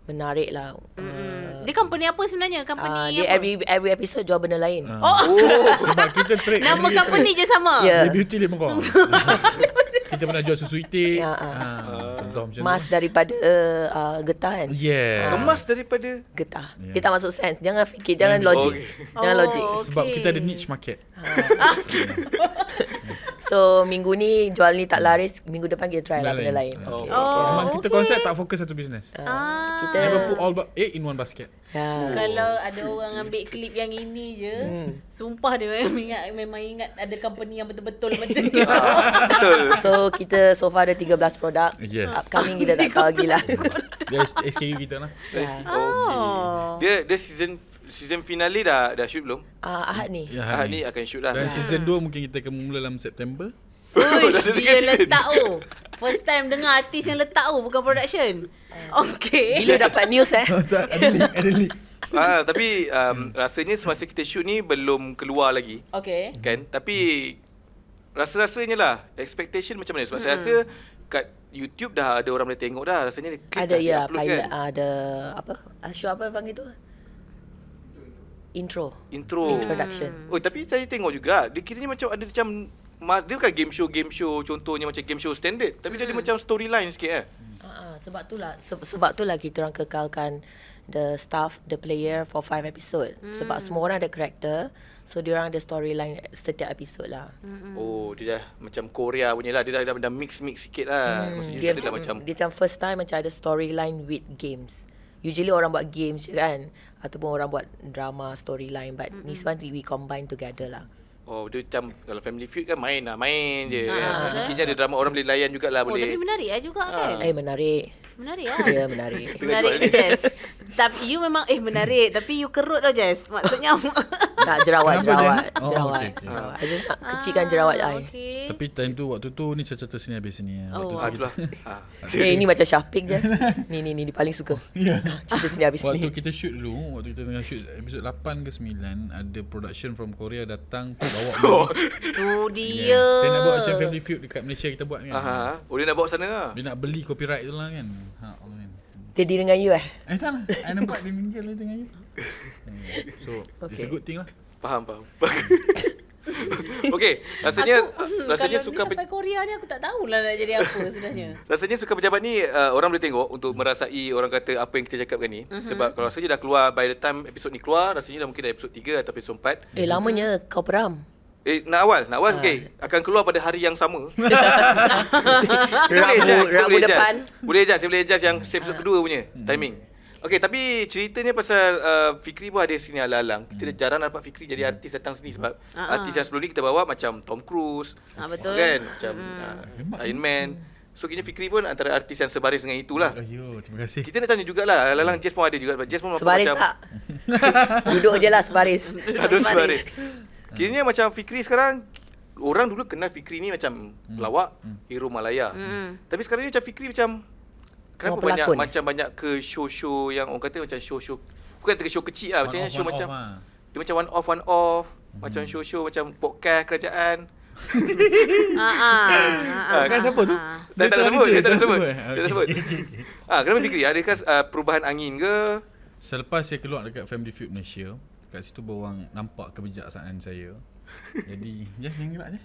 Speaker 3: menarik lah. Uh,
Speaker 1: Ah. Dia company apa sebenarnya? Company apa?
Speaker 3: ah, dia every every episode jual benda lain.
Speaker 1: Oh,
Speaker 4: Sebab kita trade
Speaker 1: nama company je sama.
Speaker 3: Ya.
Speaker 4: Les Beauty Limeron. kita pernah jual susu itik.
Speaker 3: Ya,
Speaker 4: Ha,
Speaker 3: ah.
Speaker 4: contoh macam
Speaker 3: Mas
Speaker 4: tu.
Speaker 3: daripada uh, uh, getah kan?
Speaker 4: Yeah.
Speaker 2: Emas daripada
Speaker 3: Getah.
Speaker 4: Ya.
Speaker 3: Dia tak masuk sense. Jangan fikir, jangan
Speaker 4: Jangan
Speaker 3: logik.
Speaker 2: fikir.
Speaker 3: Jangan
Speaker 1: Oh.
Speaker 3: logik.
Speaker 4: Sebab
Speaker 1: Okey.
Speaker 4: kita ada niche market.
Speaker 1: Ah.
Speaker 3: So minggu ni jual ni tak laris, minggu depan kita try lah benda
Speaker 4: Benda lain.
Speaker 3: lain.
Speaker 2: Oh.
Speaker 3: Okay.
Speaker 1: Oh,
Speaker 4: Memang kita
Speaker 1: okay.
Speaker 4: konsep tak fokus satu business.
Speaker 1: Ah,
Speaker 3: Kita
Speaker 4: Never put all but egg in one basket.
Speaker 3: ya.
Speaker 1: Kalau ada orang ambil klip yang ini je Sumpah dia memang ingat, memang ingat ada company yang betul-betul macam ni
Speaker 2: Ah, Betul
Speaker 3: So kita so far ada 13 produk.
Speaker 4: Yes.
Speaker 3: Upcoming kita tak tahu lagi lah.
Speaker 4: Dia SKU kita lah.
Speaker 2: Dari segi- okay. Dia dia season season finale dah dah shoot belum?
Speaker 3: Uh, Ahad ni.
Speaker 4: Ya,
Speaker 2: Ahad ni akan shoot lah.
Speaker 4: Dan season 2 mungkin kita akan mula dalam September.
Speaker 1: Uish,
Speaker 2: Dah ada
Speaker 1: dia
Speaker 2: dekat sini.
Speaker 1: letak oh First time dengar artis yang letak oh Bukan production Okay
Speaker 3: Bila dapat news eh?
Speaker 4: Oh, tak, ada link, ada link.
Speaker 2: Ah tapi um, rasanya semasa kita shoot ni belum keluar lagi.
Speaker 1: Okay
Speaker 2: Kan? Tapi rasa-rasanya lah expectation macam mana? Sebab saya rasa kat YouTube dah ada orang boleh tengok dah. Rasanya klip dah
Speaker 3: ada ya
Speaker 2: di-upload
Speaker 3: pilot kan? ada apa? Ah, Show apa panggil tu? Intro.
Speaker 2: Intro.
Speaker 3: Introduction.
Speaker 2: Oh tapi saya tengok juga dia kiranya macam ada macam ma- dia bukan game show game show contohnya macam game show standard tapi dia ada
Speaker 1: Mm.
Speaker 2: macam storyline sikit eh.
Speaker 3: Ah, ah, sebab itulah se- sebab itulah kita orang kekalkan the staff the player for five episode. Sebab semua orang ada karakter, so dia orang ada storyline setiap episod lah.
Speaker 2: Oh dia dah macam Korea punya lah dia dah dah, dah mix mix sikit lah.
Speaker 1: Mm.
Speaker 2: Maksudnya dia,
Speaker 3: dia,
Speaker 2: tak ada lah macam
Speaker 3: dia macam first time macam ada storyline with games. Usually orang buat games je kan ataupun orang buat drama storyline but mm-hmm. this one we combine together lah.
Speaker 2: Oh dia macam Kalau family feud kan Main lah Main je ha, Intinya ada drama Orang boleh layan jugalah
Speaker 1: Ah, Oh tapi
Speaker 2: Boleh
Speaker 1: menarik lah juga kan
Speaker 3: Eh menarik.
Speaker 1: Menarik
Speaker 3: Ya
Speaker 1: lah
Speaker 3: yeah, menarik.
Speaker 1: Menarik ni Jess Tapi you memang eh menarik Tapi you kerut tau Jess Maksudnya
Speaker 3: tak jerawat
Speaker 4: Kenapa,
Speaker 3: jerawat
Speaker 4: Dan? Oh,
Speaker 3: jerawat.
Speaker 4: okay, okay.
Speaker 3: jerawat. I just nak kecilkan jerawat I.
Speaker 1: Okay
Speaker 4: Tapi time tu waktu tu ni cerita sini habis sini. ya. Waktu
Speaker 1: Oh,
Speaker 2: Ah,
Speaker 4: tu
Speaker 2: itulah. Ah.
Speaker 3: Eh ni macam Syafiq je. ni ni ni, ni paling suka.
Speaker 4: Ya.
Speaker 3: Cerita sini habis ni.
Speaker 4: Waktu kita shoot dulu, waktu kita tengah shoot episod 8 ke 9, ada production from Korea datang
Speaker 2: Oh.
Speaker 4: bawa
Speaker 1: Tu dia
Speaker 4: Yes. Dia nak buat macam family feud dekat Malaysia kita buat ni. kan.
Speaker 2: Aha. Oh dia nak bawa sana lah
Speaker 4: Dia nak beli copyright tu lah kan. Ha, Allah kan.
Speaker 3: Dia deal dengan you eh.
Speaker 4: Eh tak lah. I nak buat dia minjal lah tengah you. Eh, So, okay. it's a
Speaker 3: Okay.
Speaker 4: good thing lah.
Speaker 2: Faham faham Okay Rasanya Rasanya
Speaker 1: hmm, Kalau
Speaker 2: suka
Speaker 1: ni sampai Korea ni aku tak tahulah nak jadi apa sebenarnya
Speaker 2: Rasanya suka pejabat ni uh, orang boleh tengok untuk merasai orang kata apa yang kita cakapkan ni mm-hmm. sebab kalau rasanya dah keluar by the time episod ni keluar rasanya dah mungkin dah episod 3 atau episod 4
Speaker 3: Eh lamanya kau peram.
Speaker 2: eh nak awal nak awal okey akan keluar pada hari yang sama Kita boleh
Speaker 3: Rabu,
Speaker 2: adjust, kita
Speaker 3: Rabu
Speaker 2: boleh adjust.
Speaker 3: depan.
Speaker 2: Boleh adjust, saya boleh adjust yang episode kedua punya timing. Okey, tapi ceritanya pasal uh, Fikri pun ada sini alang-alang. Kita hmm. jarang dapat Fikri jadi artis datang sini sebab artis yang sebelum ni kita bawa macam Tom Cruise.
Speaker 1: Ah, betul.
Speaker 2: Kan? Macam uh, Iron Man. So, kini Fikri pun antara artis yang sebaris dengan itulah.
Speaker 4: Ayo, terima kasih.
Speaker 2: Kita nak tanya jugalah, alang-alang Jess pun ada juga. Sebab Jess pun
Speaker 3: Sebaris tak? Duduk je lah sebaris.
Speaker 2: Ada sebaris. Kiranya macam Fikri sekarang Orang dulu kenal Fikri ni macam pelawak, hero Malaya.
Speaker 1: Hmm.
Speaker 2: Tapi sekarang ni macam Fikri macam kenapa
Speaker 3: Orang
Speaker 2: banyak
Speaker 3: pelakon.
Speaker 2: macam banyak ke show-show yang orang kata macam show-show bukan kata show kecil lah, macam
Speaker 4: One off,
Speaker 2: show
Speaker 4: one
Speaker 2: macam
Speaker 4: off, ah.
Speaker 2: dia macam one off one off, macam show-show macam podcast kerajaan.
Speaker 1: Ha ah.
Speaker 2: Ah,
Speaker 4: Kan siapa tu?
Speaker 2: Dia tak
Speaker 4: ada
Speaker 2: sebut,
Speaker 4: cerita,
Speaker 2: dia tak sebut.
Speaker 4: eh?
Speaker 2: Dia tak
Speaker 4: Okay.
Speaker 2: sebut. Ah, kenapa Fikri? Adakah ah, perubahan angin ke?
Speaker 4: Selepas saya keluar dekat Family Feud Malaysia, kat situ borang nampak kebijaksanaan saya. Jadi, ya jangan gerak je.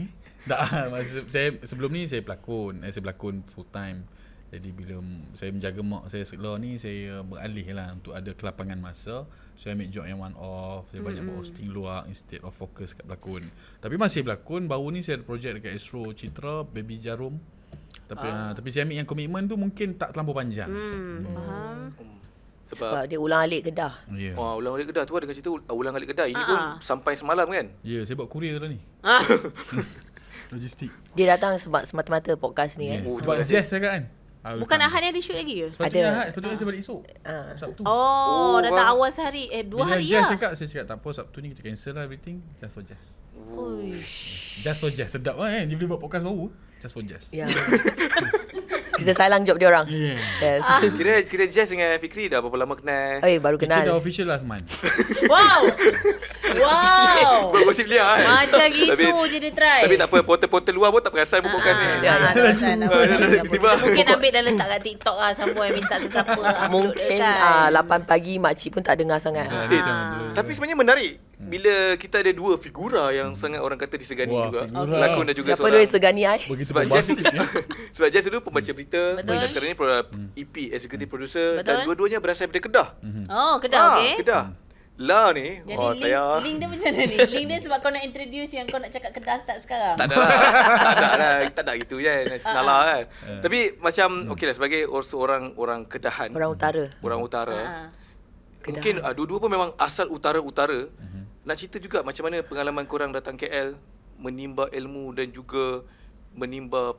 Speaker 4: Ni. Tak, ah, maksud saya sebelum ni saya pelakon, eh, saya pelakon full time. Jadi bila m- saya menjaga mak saya sekolah ni, saya beralih lah untuk ada kelapangan masa. So, saya ambil job yang one off, saya banyak buat hosting luar instead of fokus kat pelakon. Tapi masih pelakon, baru ni saya ada projek dekat Astro Citra, Baby Jarum. Tapi, ah. tapi saya ambil yang komitmen tu mungkin tak terlampau panjang. Hmm.
Speaker 1: ah.
Speaker 2: Sebab,
Speaker 3: Sebab dia ulang alik Kedah.
Speaker 4: Yeah.
Speaker 2: Wah, ulang alik kedah tu ada kat situ ulang alik kedah. Ini
Speaker 1: Ah,
Speaker 2: pun
Speaker 1: ah.
Speaker 2: sampai semalam kan?
Speaker 4: Ya, yeah, saya buat kurir lah ni.
Speaker 1: Ah.
Speaker 4: Logistik.
Speaker 3: Dia datang sebab semata-mata podcast ni
Speaker 2: Oh,
Speaker 3: eh.
Speaker 4: Yeah. Ya, Sebab
Speaker 2: terima kasih.
Speaker 4: jazz saya kan. Ah,
Speaker 1: Bukan Ahad ni ada shoot lagi ke?
Speaker 4: Sepatutnya
Speaker 3: Ada.
Speaker 4: Ahad, sepatutnya saya balik esok. Sabtu.
Speaker 1: Oh,
Speaker 2: Oh,
Speaker 1: datang
Speaker 2: bang.
Speaker 1: awal sehari. Eh, dua
Speaker 4: Bila
Speaker 1: hari
Speaker 4: jazz
Speaker 1: lah.
Speaker 4: cakap, saya cakap tak apa Sabtu ni kita cancel lah everything. Just for jazz.
Speaker 1: Uish.
Speaker 4: Just for jazz. Sedap lah kan. Dia boleh buat podcast baru. Just for jazz.
Speaker 3: Ya. Kita salang job dia orang.
Speaker 4: Yeah.
Speaker 3: Yes.
Speaker 2: Kira kira Jess dengan Fikri dah berapa lama kenal?
Speaker 1: Oh, ya.
Speaker 3: Eh baru
Speaker 4: Kita dah
Speaker 3: kenal.
Speaker 4: official last month.
Speaker 1: Wow. Wow.
Speaker 2: Bergosip dia kan?
Speaker 1: Macam
Speaker 2: Tapi-
Speaker 1: gitu je dia try.
Speaker 2: Tapi tak apa, portal-portal luar pun tak perasan pun podcast ni.
Speaker 1: Ya, ya,
Speaker 2: Tiba-tiba.
Speaker 1: Mungkin ambil dan letak kat TikTok lah Sambung yang minta sesiapa upload dia
Speaker 3: Mungkin
Speaker 1: kan.
Speaker 2: ah,
Speaker 3: ah 8 pagi makcik pun tak dengar sangat.
Speaker 4: Ah, macam tu.
Speaker 2: Tapi sebenarnya menarik. bila kita ada dua figura yang sangat orang kata disegani
Speaker 4: Wah,
Speaker 2: juga.
Speaker 4: figura.
Speaker 2: Pelakon dan juga
Speaker 3: Siapa
Speaker 2: seorang.
Speaker 3: dulu segani ai?
Speaker 4: Begitu
Speaker 2: sebab Jazz
Speaker 4: bombastic ya.
Speaker 2: sebab Jazz dulu pembaca berita,
Speaker 1: Betul. Hmm.
Speaker 2: Betul. sekarang ni pro-
Speaker 4: Hmm.
Speaker 2: EP executive producer
Speaker 1: Betul.
Speaker 2: dan dua-duanya berasal daripada Kedah.
Speaker 1: Oh, kedah
Speaker 2: Ah,
Speaker 1: okey.
Speaker 2: Kedah. La ni,
Speaker 1: Jadi
Speaker 2: oh
Speaker 1: link,
Speaker 2: saya
Speaker 1: link dia macam mana ni? Link dia sebab kau nak introduce yang kau nak cakap kedah start sekarang.
Speaker 2: tak ada lah. tak ada lah. Tak ada gitu kan. Salah kan. Tapi macam okey lah sebagai or- seorang orang Kedahan, orang,
Speaker 3: Orang utara.
Speaker 2: utara. eh.
Speaker 1: Ah.
Speaker 3: Kedah.
Speaker 2: Mungkin uh, dua-dua pun memang asal utara-utara. Nak cerita juga macam mana pengalaman korang datang KL menimba ilmu dan juga menimba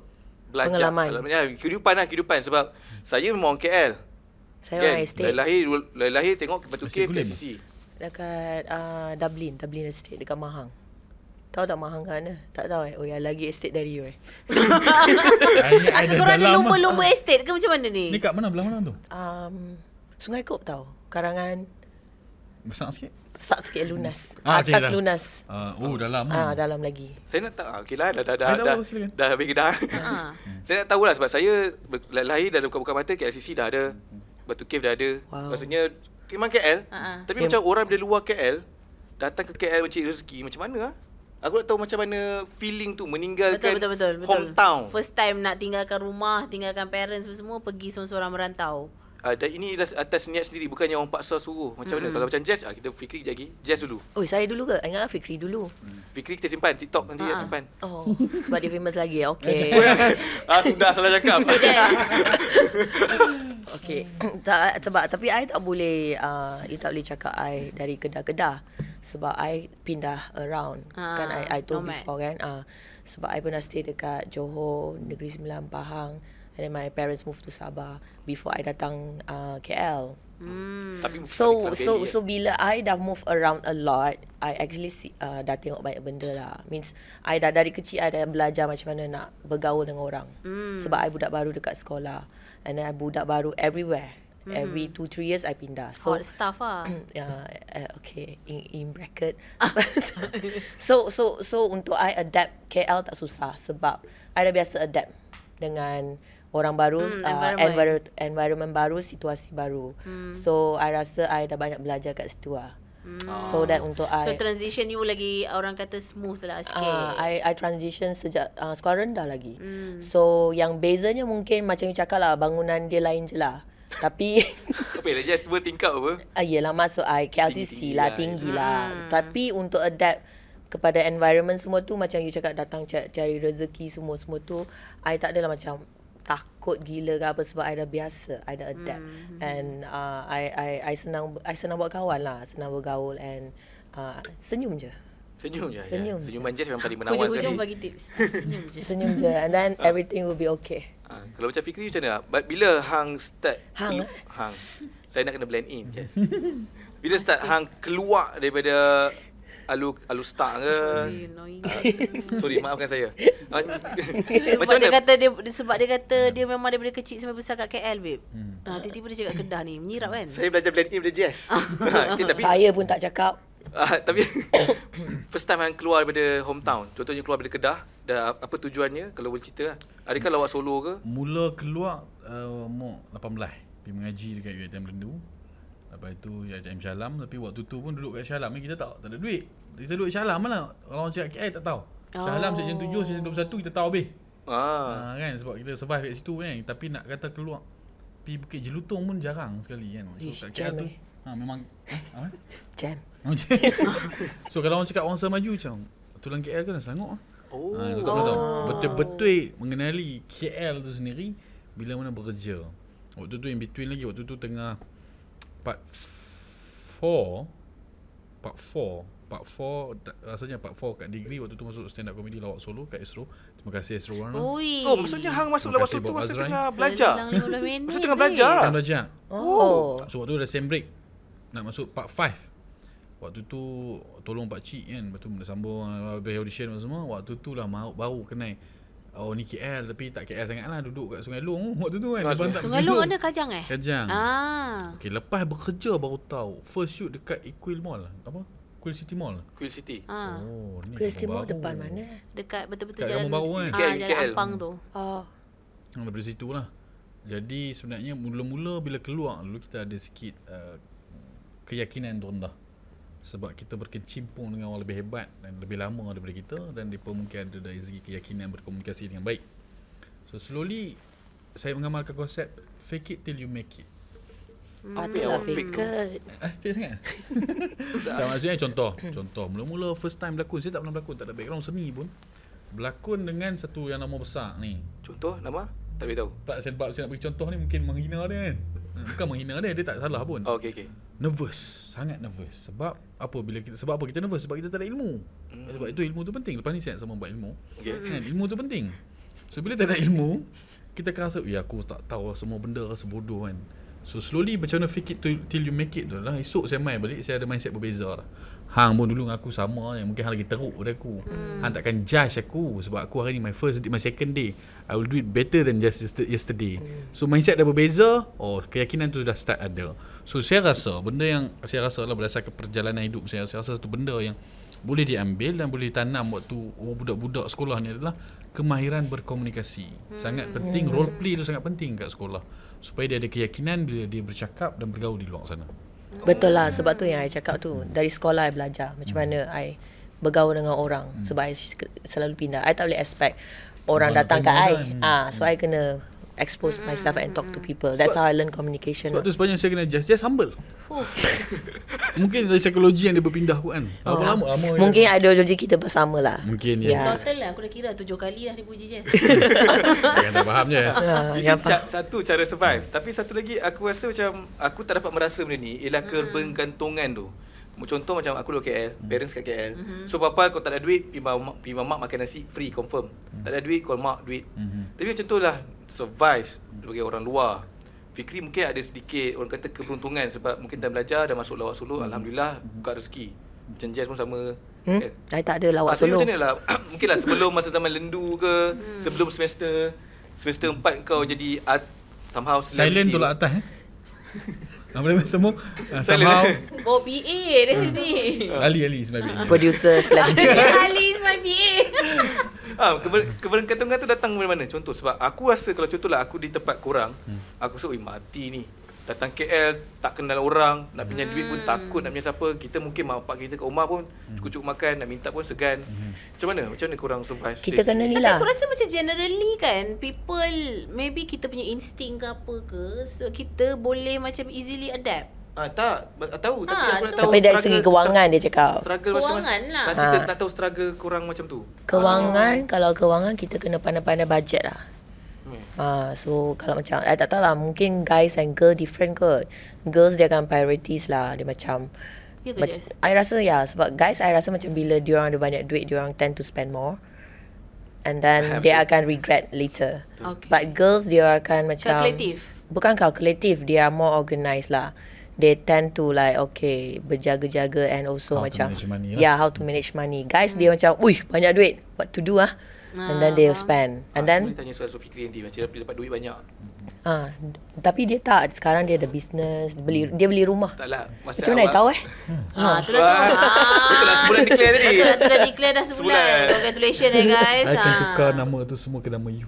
Speaker 2: belajar.
Speaker 3: Pengalaman.
Speaker 2: Ya, kehidupan lah, kehidupan. Sebab saya memang orang KL.
Speaker 3: Saya orang estate
Speaker 2: Lahir, lahir, lahir tengok Batu
Speaker 4: Estate
Speaker 2: Cave kat
Speaker 4: Gulim.
Speaker 2: sisi.
Speaker 3: dekat uh, Dublin, Dublin estate dekat Mahang. Tahu tak Mahang kat mana? Tak tahu eh. Oh ya, lagi estate dari you eh.
Speaker 4: Tanya
Speaker 1: Ah, so korang ada lumba-lumba estate ke macam mana
Speaker 4: lah. Ni
Speaker 1: ni?
Speaker 4: kat mana belah mana tu?
Speaker 3: Um, Sungai Kop tahu. Karangan
Speaker 4: Besar sikit.
Speaker 3: besar sikit lunas.
Speaker 4: Ah, okey
Speaker 3: Atas
Speaker 4: dah.
Speaker 3: lunas.
Speaker 4: Ah, oh dalam.
Speaker 3: Ah, dalam lagi.
Speaker 2: Saya nak tahu. ah, Okey lah, dah, dah, dah,
Speaker 4: Faizal,
Speaker 2: dah,
Speaker 4: apa, silakan.
Speaker 2: dah habis dah.
Speaker 1: Ah.
Speaker 2: Hmm. saya nak tahulah sebab saya ber- lahir dah buka-buka mata KLCC dah ada. Batu Cave dah ada.
Speaker 3: Wow.
Speaker 2: Maksudnya memang KL.
Speaker 1: Ah, ah.
Speaker 2: Tapi macam orang dari luar KL datang ke KL mencari rezeki macam mana ah? Aku nak tahu macam mana feeling tu
Speaker 1: Betul
Speaker 2: meninggalkan
Speaker 1: betul betul betul.
Speaker 2: hometown.
Speaker 1: First time nak tinggalkan rumah, tinggalkan parents semua-semua pergi seorang-seorang merantau.
Speaker 2: Ah, dan ini ialah atas niat sendiri bukannya orang paksa suruh. Macam mana kalau macam jazz ah, kita fikir kejap lagi. Jazz dulu.
Speaker 3: Oh, saya dulu ke? Ingat Fikri dulu.
Speaker 2: Fikri kita simpan TikTok nanti ya simpan.
Speaker 3: Oh, sebab dia famous lagi. Okay.
Speaker 2: ah sudah salah cakap.
Speaker 3: Okay. tak, sebab, tapi I tak boleh, uh, you tak boleh cakap I dari kedah-kedah. Sebab I pindah around.
Speaker 1: Ah,
Speaker 3: kan I, I told
Speaker 1: nomad.
Speaker 3: before kan. Uh, sebab I pernah stay dekat Johor, Negeri Sembilan, Pahang. And then my parents moved to Sabah before I datang uh, KL.
Speaker 2: Tapi bukan
Speaker 3: So
Speaker 2: bukan
Speaker 3: so
Speaker 2: daily,
Speaker 3: so bila I dah move around a lot, I actually see, uh, dah tengok banyak benda lah. Means I dah dari kecil I dah belajar macam mana nak bergaul dengan orang. Mm. Sebab I budak baru dekat sekolah and then I budak baru everywhere. Mm. Every 2 3 years I pindah. So
Speaker 1: Hot stuff ah.
Speaker 3: yeah, uh, okay in, in bracket. so so so untuk I adapt KL tak susah sebab I dah biasa adapt dengan orang baru, mm, uh,
Speaker 1: Hmm, environment. Hmm.
Speaker 3: environment. environment baru, situasi baru. Mm. So I rasa I dah banyak belajar kat situ lah. Mm. So that untuk
Speaker 1: Hmm. So
Speaker 3: I
Speaker 1: transition you lagi orang kata smooth lah sikit.
Speaker 3: Ah, I I transition sejak uh, sekolah rendah lagi.
Speaker 1: Hmm.
Speaker 3: Mm. So yang bezanya mungkin macam you cakap lah bangunan dia lain je lah. Tapi
Speaker 2: Apa yang jazz dua tingkap apa?
Speaker 3: Ah, yelah masuk I
Speaker 2: Tinggi-tinggi
Speaker 3: KLCC lah,
Speaker 2: lah,
Speaker 3: tinggi lah. Tapi untuk adapt kepada environment semua tu macam you cakap datang ca- cari rezeki semua-semua tu I tak adalah macam takut gila ke apa sebab I dah biasa I dah adapt mm-hmm. and uh, I I I senang I senang buat kawan lah senang bergaul and uh, senyum je
Speaker 2: Senyum je.
Speaker 3: Senyum
Speaker 2: Ya.
Speaker 3: je.
Speaker 2: Senyuman jazz memang paling menawan.
Speaker 1: Hujung-hujung
Speaker 2: sekali.
Speaker 1: bagi tips. Senyum je.
Speaker 3: senyum je and then everything will be okay
Speaker 2: Ah, kalau macam Fikri macam mana? But bila hang start
Speaker 3: Hang, eh?
Speaker 2: hang. Saya nak kena blend in je. Bila start hang keluar daripada alu alu start ke?
Speaker 1: Annoying.
Speaker 2: Sorry, maafkan saya. Ah,
Speaker 1: Sebab
Speaker 2: macam
Speaker 1: dia
Speaker 2: mana?
Speaker 1: kata dia sebab dia kata dia memang daripada kecil sampai besar kat KL babe. Ah tiba-tiba dia cakap Kedah ni menyirap kan.
Speaker 2: Saya belajar blend in daripada jazz. Ah, okay, tapi
Speaker 3: saya pun tak cakap
Speaker 2: ah, tapi first time hang keluar daripada hometown. Contohnya keluar daripada Kedah, dah apa tujuannya kalau boleh cerita lah. Adakah lawak solo ke?
Speaker 4: Mula keluar uh, umur 18 Pergi mengaji dekat UiTM Lendu Lepas tu UiTM Syalam Tapi waktu tu pun duduk kat Syalam ni kita tak, tak ada duit Kita duduk Syalam lah Orang cakap KL tak tahu Syalam section
Speaker 3: Oh.
Speaker 4: 7, section 21 kita tahu habis
Speaker 2: Ah,
Speaker 4: ha, kan sebab kita survive kat situ kan Tapi nak kata keluar Pergi Bukit Jelutong pun jarang sekali kan So
Speaker 3: Ish,
Speaker 4: kat KL
Speaker 3: jam
Speaker 4: tu
Speaker 3: eh.
Speaker 4: ha, memang ha, apa?
Speaker 3: jam
Speaker 4: Orang cakap- so kalau orang cakap Wangsa Maju macam Tulang KL kan Selangor lah
Speaker 2: Oh.
Speaker 4: ha, Kau tak pernah tahu Betul-betul mengenali KL tu sendiri Bila mana bekerja Waktu tu in between lagi Waktu tu tengah Part 4 Part 4 Part 4 Rasanya part 4 kat degree Waktu tu masuk stand up comedy Lawak solo kat Astro Terima kasih Astro Warna oh.
Speaker 1: Ui.
Speaker 2: Oh, maksudnya hang masuk
Speaker 4: Terima
Speaker 2: lawak
Speaker 4: kasih,
Speaker 2: solo tu
Speaker 4: Bob
Speaker 2: masa
Speaker 4: Azrai.
Speaker 2: tengah belajar.
Speaker 1: Selang 15 minit.
Speaker 2: Masa tengah
Speaker 1: babe.
Speaker 2: belajar lah.
Speaker 4: Kan belajar
Speaker 3: oh,
Speaker 4: So waktu tu dah same break Nak masuk part 5 Waktu tu Tolong pak cik kan Lepas tu benda sambung Habis audition apa semua Waktu tu lah mau, Baru kenal Oh ni KL Tapi tak KL sangat lah Duduk kat Sungai Long Waktu tu kan
Speaker 2: Ah,
Speaker 4: Abang tak
Speaker 1: Sungai
Speaker 4: pergi
Speaker 1: Long
Speaker 4: Long.
Speaker 1: ada Kajang eh?
Speaker 4: Kajang
Speaker 1: Ah.
Speaker 4: Okay lepas bekerja baru tahu First shoot dekat Equil Mall lah. Apa? Equil City Mall lah.
Speaker 2: Queen City.
Speaker 1: Ah.
Speaker 4: Oh ni
Speaker 3: Kuis Timur
Speaker 4: baru.
Speaker 3: depan mana
Speaker 1: Dekat betul-betul
Speaker 4: Dekat
Speaker 1: jalan
Speaker 4: Kampung Baru kan?
Speaker 1: Ah,
Speaker 2: KL.
Speaker 1: jalan Ampang tu.
Speaker 3: oh
Speaker 4: Ha, Daripada situ lah Jadi sebenarnya mula-mula bila keluar Dulu kita ada sikit uh, Keyakinan yang rendah sebab kita berkecimpung dengan orang lebih hebat dan lebih lama daripada kita dan mereka mungkin ada dari segi keyakinan berkomunikasi dengan baik. So slowly saya mengamalkan konsep fake it till you make it.
Speaker 2: Apa yang awak fake tu?
Speaker 3: Fakat.
Speaker 4: Eh, fake sangat? tak maksudnya contoh. Contoh. Mula-mula first time berlakon. Saya tak pernah berlakon. Tak ada background seni pun. Berlakon dengan satu yang nama besar ni.
Speaker 2: Contoh nama? Tak boleh tahu.
Speaker 4: Tak sebab saya nak bagi contoh ni mungkin menghina dia kan. Bukan menghina dia. Dia tak salah pun.
Speaker 2: Oh, okey okey.
Speaker 4: Nervous. Sangat nervous. Sebab apa bila kita sebab apa kita nervous? Sebab kita tak ada ilmu. Sebab itu ilmu tu penting. Lepas ni saya nak sama buat ilmu.
Speaker 2: Hmm. Okey.
Speaker 4: Kan? Ilmu tu penting. So bila tak ada ilmu, kita akan rasa, ya aku tak tahu semua benda rasa bodoh kan. So slowly macam mana fake it till, till you make it tu lah. Esok saya main balik, saya ada mindset berbeza lah. Hang pun dulu dengan aku sama yang mungkin hang lagi teruk daripada aku. Hmm. Hang takkan judge aku sebab aku hari ni my first day, my second day. I will do it better than just yester- yesterday. Hmm. So mindset dah berbeza, oh keyakinan tu dah start ada. So saya rasa benda yang saya rasa lah berdasarkan perjalanan hidup saya, saya rasa satu benda yang boleh diambil dan boleh ditanam waktu oh, budak-budak sekolah ni adalah kemahiran berkomunikasi.
Speaker 3: Hmm.
Speaker 4: Sangat
Speaker 3: Ya.
Speaker 4: penting role play tu sangat penting kat sekolah supaya dia ada keyakinan bila dia bercakap dan bergaul di luar sana.
Speaker 3: Betul lah sebab tu yang I cakap tu dari sekolah I belajar macam
Speaker 4: Hmm.
Speaker 3: mana I bergaul dengan orang sebab I sk- selalu pindah. I tak boleh expect orang
Speaker 4: Orang
Speaker 3: datang kat
Speaker 4: datang
Speaker 3: I. Ah
Speaker 4: kan.
Speaker 3: so I kena expose myself and talk to people. That's how I learn communication.
Speaker 4: Sebab tu sebenarnya saya kena just just humble. Mungkin dari psikologi yang dia berpindah pun kan. Tak berapa lama lama. je.
Speaker 3: Oh. Ah. Mungkin ideologi kita bersama lah.
Speaker 4: Mungkin ya.
Speaker 3: Ya.
Speaker 1: Total lah aku dah kira tujuh kali dah dia puji je.
Speaker 4: Jangan tak faham je.
Speaker 3: Ya.
Speaker 2: Itu ca- satu cara survive Tapi satu lagi Aku rasa macam Aku tak dapat merasa benda ni Ialah kebergantungan tu Mu- Contoh macam aku dulu KL Parents kat KL So papa kau tak ada duit Pergi mak, pergi mak makan nasi Free confirm Tak ada duit Call mak duit Tapi macam tu lah Survive Sebagai orang luar Fikri mungkin ada sedikit Orang kata keberuntungan Sebab mungkin time belajar Dah masuk lawak solo Alhamdulillah Buka rezeki Macam Jazz pun sama
Speaker 3: Hmm?
Speaker 2: Kan?
Speaker 3: I tak ada lawak
Speaker 2: Ah, tapi
Speaker 3: solo.
Speaker 2: Macam mana lah Mungkin lah sebelum masa zaman lendu ke
Speaker 3: Hmm.
Speaker 2: Sebelum semester Semester empat kau jadi art, Somehow celebrity.
Speaker 4: Silent tolak atas eh. Nama dia semua uh,
Speaker 2: Silent.
Speaker 4: somehow
Speaker 1: Oh BA dia ni.
Speaker 4: Ali Ali sebenarnya.
Speaker 3: Producer slash
Speaker 1: Ali is my BA.
Speaker 2: ah, keber, Keberkatungan tu datang dari mana Contoh sebab aku rasa Kalau contoh lah aku di tempat korang Aku rasa "Ui, mati ni Datang KL Tak kenal orang Nak pinjam duit
Speaker 3: Hmm.
Speaker 2: pun takut Nak pinjam siapa Kita mungkin mak bapak kita kat rumah pun Cukup-cukup makan Nak minta pun segan Macam mana Macam mana korang survive
Speaker 3: kita
Speaker 2: Stace?
Speaker 3: kena
Speaker 1: Tapi
Speaker 3: ni lah.
Speaker 1: aku rasa macam generally kan people maybe kita punya instinct ke apa ke so kita boleh macam easily adapt.
Speaker 2: ah, Tak ba- tahu Tapi
Speaker 1: Ah,
Speaker 2: aku nak
Speaker 1: so-
Speaker 2: tahu
Speaker 3: Tapi dari segi
Speaker 2: struggle-
Speaker 3: kewangan dia cakap.
Speaker 2: Struggle
Speaker 1: Kewangan lah.
Speaker 2: Nak cerita
Speaker 3: Ha.
Speaker 2: nak tahu struggle korang macam tu
Speaker 3: Kewangan, kalau kewangan kita kena pandai-pandai bajet lah. Ah, so kalau macam I tak tahu lah Mungkin guys and girl different kot Girls dia akan priorities lah Dia macam
Speaker 1: Ya ke,
Speaker 3: mac- I rasa ya yeah, Sebab guys I rasa macam Bila diorang ada banyak duit Diorang tend to spend more And then They akan regret later
Speaker 1: Okay.
Speaker 3: But girls dia akan macam
Speaker 1: Calculative.
Speaker 3: Bukan calculative They are more organised lah They tend to like Okay Berjaga-jaga And also
Speaker 4: How to
Speaker 3: macam
Speaker 4: manage money lah.
Speaker 3: Yeah how to manage money Guys dia macam Uih banyak duit What to do ah And then they'll spend Ah, And then
Speaker 2: Boleh tanya soal Zulfikri nanti Macam dia dapat duit banyak
Speaker 3: Ah, tapi dia tak sekarang dia ada bisnes, beli
Speaker 4: Hmm.
Speaker 3: dia beli rumah.
Speaker 2: Tak lah masa
Speaker 3: Macam mana I
Speaker 2: awal-
Speaker 3: tahu eh?
Speaker 1: Ha, tu lah tu. Ah.
Speaker 2: Betul lah sebulan declare tadi
Speaker 1: Betul lah tu dah declare dah sebulan.
Speaker 2: Sebulan.
Speaker 1: Congratulations eh guys.
Speaker 4: I akan
Speaker 1: Ah. Ya
Speaker 4: tukar nama tu semua ke nama you.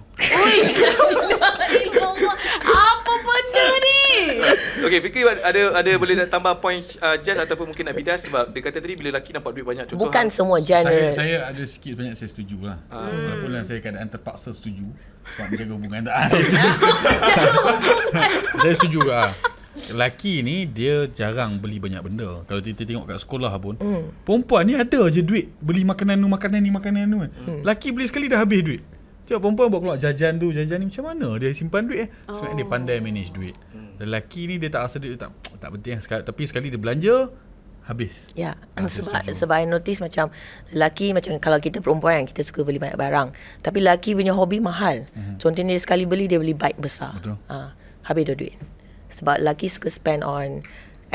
Speaker 1: Apa benda ni?
Speaker 2: Okay Fikri ada ada boleh nak tambah point uh, Jazz ataupun mungkin nak bidas Sebab dia kata tadi Bila lelaki nampak duit banyak Contoh
Speaker 3: Bukan semua
Speaker 4: lah. Saya
Speaker 3: general.
Speaker 4: saya ada sikit banyak saya setuju lah. Hmm. Walaupun lah saya keadaan terpaksa setuju sebab menjaga hubungan tak. Ah, saya setuju. saya setuju lah. Lelaki ni dia jarang beli banyak benda. Kalau kita tengok kat sekolah pun, mm. perempuan ni ada je duit beli makanan nu, makanan ni, makanan nu kan. Mm. Lelaki beli sekali dah habis duit. Tengok perempuan buat keluar jajan tu, jajan ni macam mana dia simpan duit eh. Sebenarnya oh. Hmm. dia pandai manage duit. Lelaki ni dia tak rasa duit tu tak tak penting lah. sekali, tapi sekali dia belanja habis.
Speaker 3: Ya,
Speaker 4: Ah, saya
Speaker 3: sebab
Speaker 4: setuju.
Speaker 3: sebab I notice macam lelaki macam kalau kita perempuan kan kita suka beli banyak barang. Tapi lelaki punya hobi mahal. Contohnya dia sekali beli dia beli bike besar.
Speaker 4: Mhm. Betul.
Speaker 3: Ah, habis dah duit. Sebab lelaki suka spend on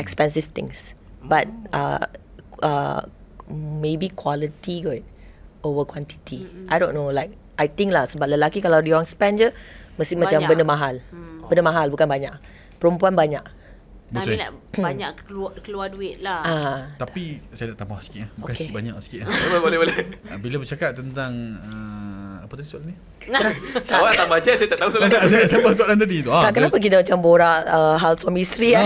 Speaker 3: expensive things. But uh, uh, maybe quality kot over quantity. I don't know like I think lah sebab lelaki kalau dia orang spend je mesti macam
Speaker 1: Banyak.
Speaker 3: benda mahal. Benda mahal bukan banyak. Perempuan banyak.
Speaker 1: Kami
Speaker 4: Betul. Hmm.
Speaker 1: nak banyak keluar, keluar duit lah.
Speaker 3: Ah,
Speaker 4: Tapi saya nak tambah sikit eh. Bukan okay.
Speaker 3: Okey.
Speaker 4: sikit banyak sikit eh.
Speaker 2: Boleh boleh boleh
Speaker 4: Bila bercakap tentang uh, Apa tadi soalan ni?
Speaker 1: Ah.
Speaker 2: Awak tambah jazz saya tak tahu soalan
Speaker 4: Tak,
Speaker 2: ni.
Speaker 4: saya sama soalan tadi tu. Ah,
Speaker 3: Tak, kenapa kita macam borak uh, hal suami isteri eh?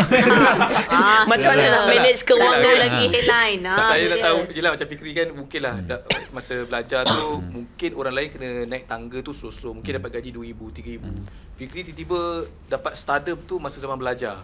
Speaker 1: Ah,
Speaker 3: macam mana nak manage
Speaker 1: Satu
Speaker 3: kewangan?
Speaker 1: lagi headline.
Speaker 2: Sebab
Speaker 1: Ah,
Speaker 2: saya
Speaker 1: tu
Speaker 2: tak
Speaker 1: dia.
Speaker 2: tahu je lah macam Fikri kan mungkin lah tak, masa belajar tu mungkin orang lain kena naik tangga tu slow-slow
Speaker 4: Hmm.
Speaker 2: mungkin dapat gaji 2000 3000 Fikri tiba-tiba dapat stardom tu masa zaman belajar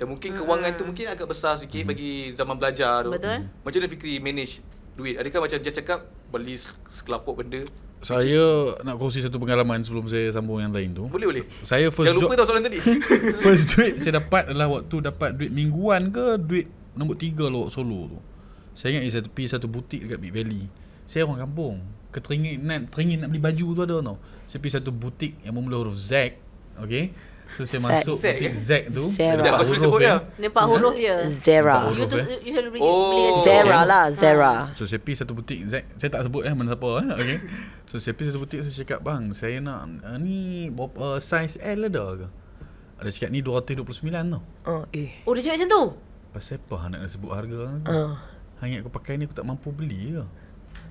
Speaker 2: dan mungkin
Speaker 1: Hmm.
Speaker 2: kewangan tu mungkin agak besar sikit
Speaker 4: Hmm.
Speaker 2: bagi zaman belajar tu
Speaker 1: Betul.
Speaker 2: macam mana Fikri manage duit adakah macam just cakap beli se- sekelapuk benda
Speaker 4: Saya nak kongsi satu pengalaman sebelum saya sambung yang lain tu.
Speaker 2: boleh boleh
Speaker 4: Saya first
Speaker 2: jangan
Speaker 4: job
Speaker 2: lupa tau soalan tadi
Speaker 4: First duit saya dapat adalah waktu dapat duit mingguan ke duit nombor tiga lawak solo tu. Saya ingat saya pergi satu butik dekat Big Valley. Saya orang kampung. Keteringin nak, teringin nak beli baju tu ada tau. Saya pergi satu butik yang bermula huruf Z. Okay. So saya
Speaker 3: Z.
Speaker 4: masuk
Speaker 2: Z,
Speaker 4: butik
Speaker 2: eh?
Speaker 4: Z tu.
Speaker 3: Zara.
Speaker 4: ada
Speaker 2: tak
Speaker 4: empat
Speaker 2: kau boleh
Speaker 4: huruf,
Speaker 2: sebut
Speaker 4: eh.
Speaker 2: dia
Speaker 1: Nampak huruf dia.
Speaker 3: Zara.
Speaker 1: You tu
Speaker 4: Huruf,
Speaker 1: you selalu beli
Speaker 2: Oh.
Speaker 1: beli kat
Speaker 3: Zara
Speaker 1: situ.
Speaker 3: lah, Zara.
Speaker 4: So saya pergi satu butik Zack Saya tak sebut eh Mana siapa eh Okay So saya pergi satu butik Saya cakap Bang saya nak uh, Ni uh, Size L ada ke Ada cakap ni 229 tau
Speaker 3: Oh, eh.
Speaker 1: Oh dia cakap macam tu.
Speaker 4: Pasal apa hang nak sebut harga eh?
Speaker 3: Uh.
Speaker 4: Hanya aku pakai ni Aku tak mampu beli ke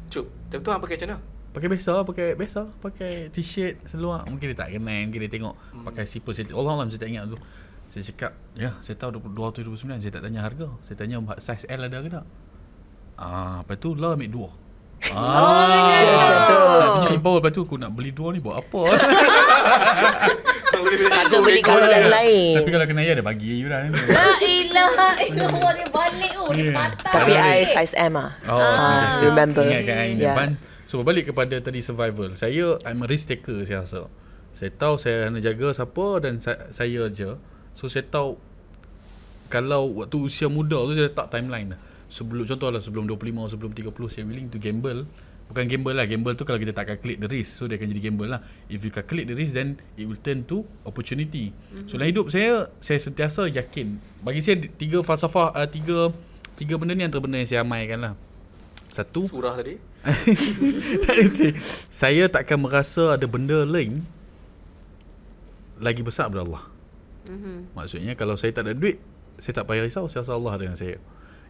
Speaker 2: cuk time tu hang pakai macam mana
Speaker 4: Pakai biasa Pakai biasa Pakai t-shirt Seluar Mungkin dia tak kenal Mungkin dia tengok hmm. Pakai siput saya, Allah Allah saya tak ingat tu Saya cakap Ya saya tahu 20 229 Saya tak tanya harga Saya tanya Size L ada ke tak Ah, Lepas tu lah ambil dua Ah,
Speaker 3: Macam tu.
Speaker 4: Nak tunjuk ibu Lepas tu aku nak beli dua ni Buat apa
Speaker 2: Hang boleh beli-
Speaker 3: Patut beli kawan yang lain.
Speaker 4: Tapi kalau kena ya Dia bagi you lah
Speaker 1: La ilaha illallah dia balik oh dia
Speaker 4: Yeah.
Speaker 1: patah.
Speaker 3: Tapi
Speaker 4: Kalau
Speaker 3: I
Speaker 4: dia-
Speaker 3: size M ah.
Speaker 4: Oh, ah,
Speaker 3: Ah, remember.
Speaker 4: Ingatkan I
Speaker 3: Yeah.
Speaker 4: yeah. depan. So balik kepada tadi survival. Saya I'm a risk taker saya rasa. Saya tahu saya nak jaga siapa dan sa- saya je. So saya tahu kalau waktu usia muda tu saya letak timeline lah. Sebelum contoh lah sebelum 25 sebelum 30 saya willing to gamble. Bukan gamble lah. Gamble tu kalau kita tak calculate the risk so dia akan jadi gamble lah. If you calculate the risk then it will turn to opportunity. Mm-hmm. So dalam hidup saya saya sentiasa yakin. Bagi saya tiga falsafah uh, tiga tiga benda ni antara benda yang saya amaikan lah. Satu
Speaker 2: surah tadi
Speaker 4: tak lucu. Saya takkan merasa ada benda lain lagi besar daripada Allah. Mm-hmm. Maksudnya kalau saya tak ada duit, saya tak payah risau, saya rasa Allah dengan saya.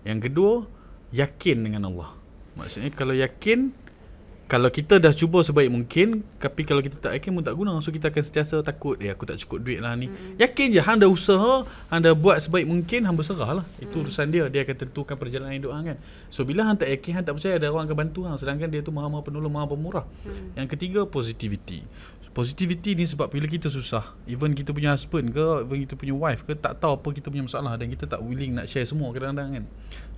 Speaker 4: Yang kedua, yakin dengan Allah. Maksudnya kalau yakin kalau kita dah cuba sebaik mungkin tapi kalau kita tak yakin pun tak guna so kita akan sentiasa takut eh aku tak cukup duit lah ni mm. yakin je hang dah usaha hang dah buat sebaik mungkin hang berserah lah itu urusan dia dia akan tentukan perjalanan hidup hang kan so bila hang tak yakin hang tak percaya ada orang akan bantu hang sedangkan dia tu maha maha penolong maha pemurah mm. yang ketiga positivity positivity ni sebab bila kita susah even kita punya husband ke even kita punya wife ke tak tahu apa kita punya masalah dan kita tak willing nak share semua kadang-kadang kan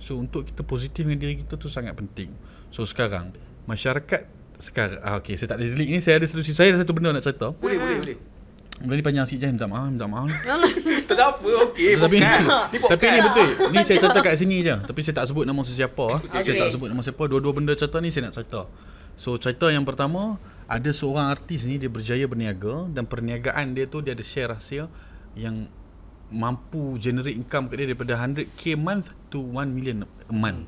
Speaker 4: so untuk kita positif dengan diri kita tu sangat penting so sekarang masyarakat sekarang ah, okay saya tak ada delete ni saya ada solusi saya ada satu benda nak cerita
Speaker 2: boleh boleh boleh
Speaker 4: benda ni panjang sikit je minta maaf minta maaf
Speaker 1: Hmm.
Speaker 2: tak apa okey
Speaker 4: tapi
Speaker 2: Ni
Speaker 4: ni,
Speaker 2: Eh, podcast. Hmm.
Speaker 4: tapi ni betul ni saya cerita kat sini je tapi saya tak sebut nama sesiapa ah. saya
Speaker 1: Okay.
Speaker 4: tak sebut nama siapa dua-dua benda cerita ni saya nak cerita so cerita yang pertama ada seorang artis ni dia berjaya berniaga dan perniagaan dia tu dia ada share rahsia yang mampu generate income kat dia daripada 100k month to 1 million a month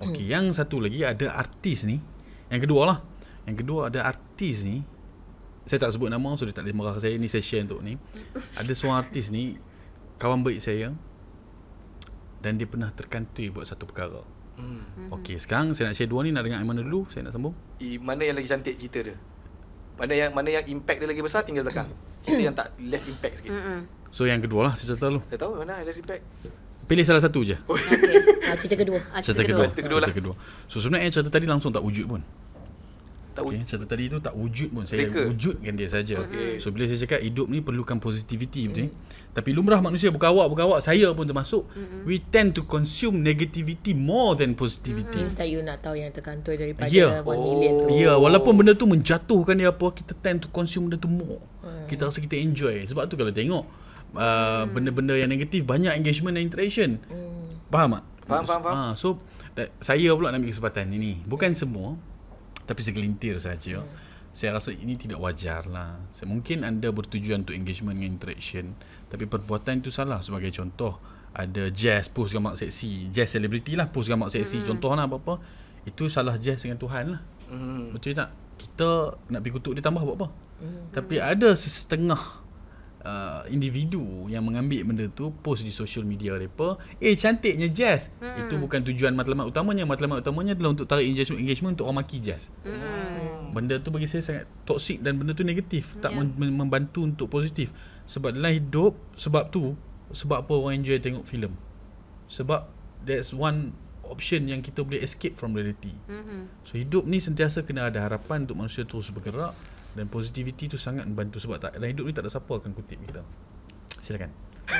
Speaker 4: Okey, yang satu lagi ada artis ni. Yang kedua lah. Yang kedua ada artis ni. Saya tak sebut nama so dia tak boleh marah saya. Ni session untuk ni. Ada seorang artis ni kawan baik saya dan dia pernah terkantui buat satu perkara.
Speaker 2: Hmm.
Speaker 4: Okey, sekarang saya nak share dua ni nak dengar yang mana dulu? Saya nak sambung.
Speaker 2: I, mana yang lagi cantik cerita dia? Mana yang mana yang impact dia lagi besar tinggal belakang. Cerita yang tak less impact sikit.
Speaker 1: Mm. Mm-mm.
Speaker 4: So yang kedua lah saya cerita dulu.
Speaker 2: Saya tahu mana yang less impact.
Speaker 4: Pilih salah satu je.
Speaker 3: Ah, cerita kedua.
Speaker 1: Ah,
Speaker 4: cerita
Speaker 1: cerita
Speaker 4: kedua.
Speaker 2: Cerita Oh, kedua lah.
Speaker 4: Cerita kedua. So sebenarnya cerita tadi langsung tak wujud pun.
Speaker 2: Tak okay.
Speaker 4: Okay, cerita tadi tu tak wujud pun Saya
Speaker 2: Reka.
Speaker 4: Reka. wujudkan dia
Speaker 2: Okey.
Speaker 4: saja.
Speaker 2: Mm-hmm.
Speaker 4: Okay. So bila saya cakap hidup ni perlukan positivity betul mm. Tapi lumrah manusia bukan awak bukan awak saya pun termasuk mm-hmm. we tend to consume negativity more than positivity.
Speaker 2: Mm-hmm.
Speaker 3: Means that you nak tahu yang terkantoi daripada 1
Speaker 4: Yeah.
Speaker 3: million tu.
Speaker 4: Ya, yeah, walaupun benda tu menjatuhkan dia apa, kita tend to consume benda tu more. Hmm. Kita rasa kita enjoy. Sebab tu kalau tengok uh, benda-benda yang negatif banyak engagement dan interaction. Hmm. Faham tak?
Speaker 2: Faham, faham, faham.
Speaker 4: Ha, so that, saya pula nak ambil kesempatan ini. Bukan semua tapi segelintir saja. Hmm. Saya rasa ini tidak wajar lah. Se- Mungkin anda bertujuan untuk engagement dengan interaction. Tapi perbuatan itu salah. Sebagai contoh, ada jazz post gambar seksi. Jazz celebrity lah post gambar seksi. Hmm. Contoh lah apa-apa. Itu salah jazz dengan Tuhan lah.
Speaker 2: Hmm.
Speaker 4: Betul tak? Kita nak pergi kutuk dia tambah buat apa? Mm. Tapi ada sesetengah uh, individu yang mengambil benda tu post di social media mereka, eh cantiknya jazz. Mm. Itu bukan tujuan matlamat utamanya. Matlamat utamanya adalah untuk tarik engagement, engagement untuk orang maki jazz. Mm. Benda tu bagi saya sangat toksik dan benda tu negatif, tak
Speaker 1: Ya.
Speaker 4: yeah. mem- membantu untuk positif. Sebab dalam hidup sebab tu sebab apa orang enjoy tengok filem. Sebab that's one option yang kita boleh escape from reality.
Speaker 1: Mhm.
Speaker 4: So hidup ni sentiasa kena ada harapan untuk manusia terus bergerak dan positivity tu sangat membantu sebab tak dalam hidup ni tak ada siapa akan kutip kita. Silakan.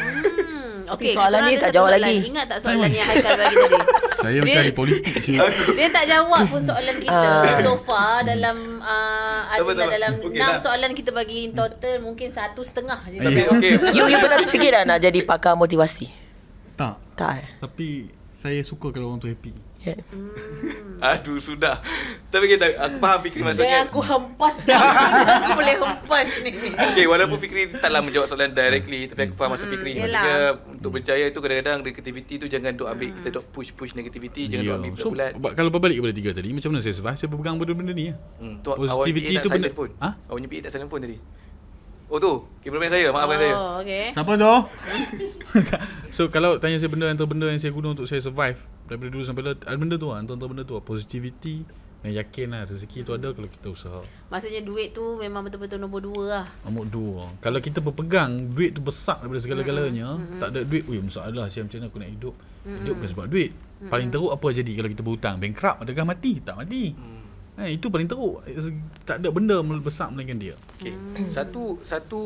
Speaker 1: Hmm,
Speaker 3: Tapi
Speaker 1: okey,
Speaker 3: soalan
Speaker 1: kita
Speaker 3: ni
Speaker 1: ada
Speaker 3: tak
Speaker 1: satu
Speaker 3: jawab
Speaker 1: soalan.
Speaker 3: lagi.
Speaker 1: Ingat tak soalan yang Haikal bagi tadi?
Speaker 5: Saya mencari politik sini.
Speaker 1: Dia tak jawab pun soalan kita
Speaker 3: Ah.
Speaker 1: so far dalam uh,
Speaker 2: Sabar,
Speaker 1: adalah
Speaker 2: sabar.
Speaker 1: dalam
Speaker 2: Okey,
Speaker 1: enam
Speaker 2: dah.
Speaker 1: soalan kita bagi in total mungkin satu setengah je.
Speaker 2: Tapi okey.
Speaker 3: You you pernah fikir dah nak jadi pakar motivasi?
Speaker 4: Tak.
Speaker 3: Tak eh?
Speaker 4: Tapi saya suka kalau orang tu happy.
Speaker 3: Yeah.
Speaker 2: Aduh sudah. Tapi kita aku faham Fikri maksudnya.
Speaker 1: Jangan aku hempas tak. aku boleh hempas ni.
Speaker 2: Okay, walaupun Fikri taklah menjawab soalan directly Tapi aku faham maksud Fikri
Speaker 1: Hmm,
Speaker 2: Maksudnya untuk berjaya tu kadang-kadang negativity tu Jangan duk ambil, kita duk push-push negativity Jangan duk ambil
Speaker 4: Ya. So, mm,
Speaker 2: bulat-bulat
Speaker 4: ba- kalau berbalik kepada tiga tadi, macam mana saya survive? Saya berpegang pada benda ni. Ya?
Speaker 2: Hmm,
Speaker 4: Positivity
Speaker 2: awak PA tak
Speaker 4: tu benda-
Speaker 2: silent phone.
Speaker 4: Ha?
Speaker 2: Awak punya PA tak silent phone tadi. Oh tu, cameraman saya, maafkan saya.
Speaker 1: Oh,
Speaker 2: Eh?
Speaker 1: okey.
Speaker 5: Siapa tu?
Speaker 4: so, kalau tanya saya benda antara benda yang saya guna untuk saya survive daripada dulu sampai lah, ada benda tu lah. Antara benda tu lah. Positivity dan yakin lah. Rezeki tu ada kalau kita usaha.
Speaker 1: Maksudnya duit tu memang betul-betul nombor dua lah.
Speaker 4: Amok dua. Kalau kita berpegang, duit tu besar daripada segala-galanya. Tak ada duit, ui masalah saya macam mana aku nak hidup. Hidup bukan sebab duit. Paling teruk apa jadi kalau kita berhutang? Bankrupt, adakah mati? Tak mati. Eh, itu paling teruk. Eh, Tak ada benda mel- besar melainkan dia.
Speaker 2: Okey. Satu satu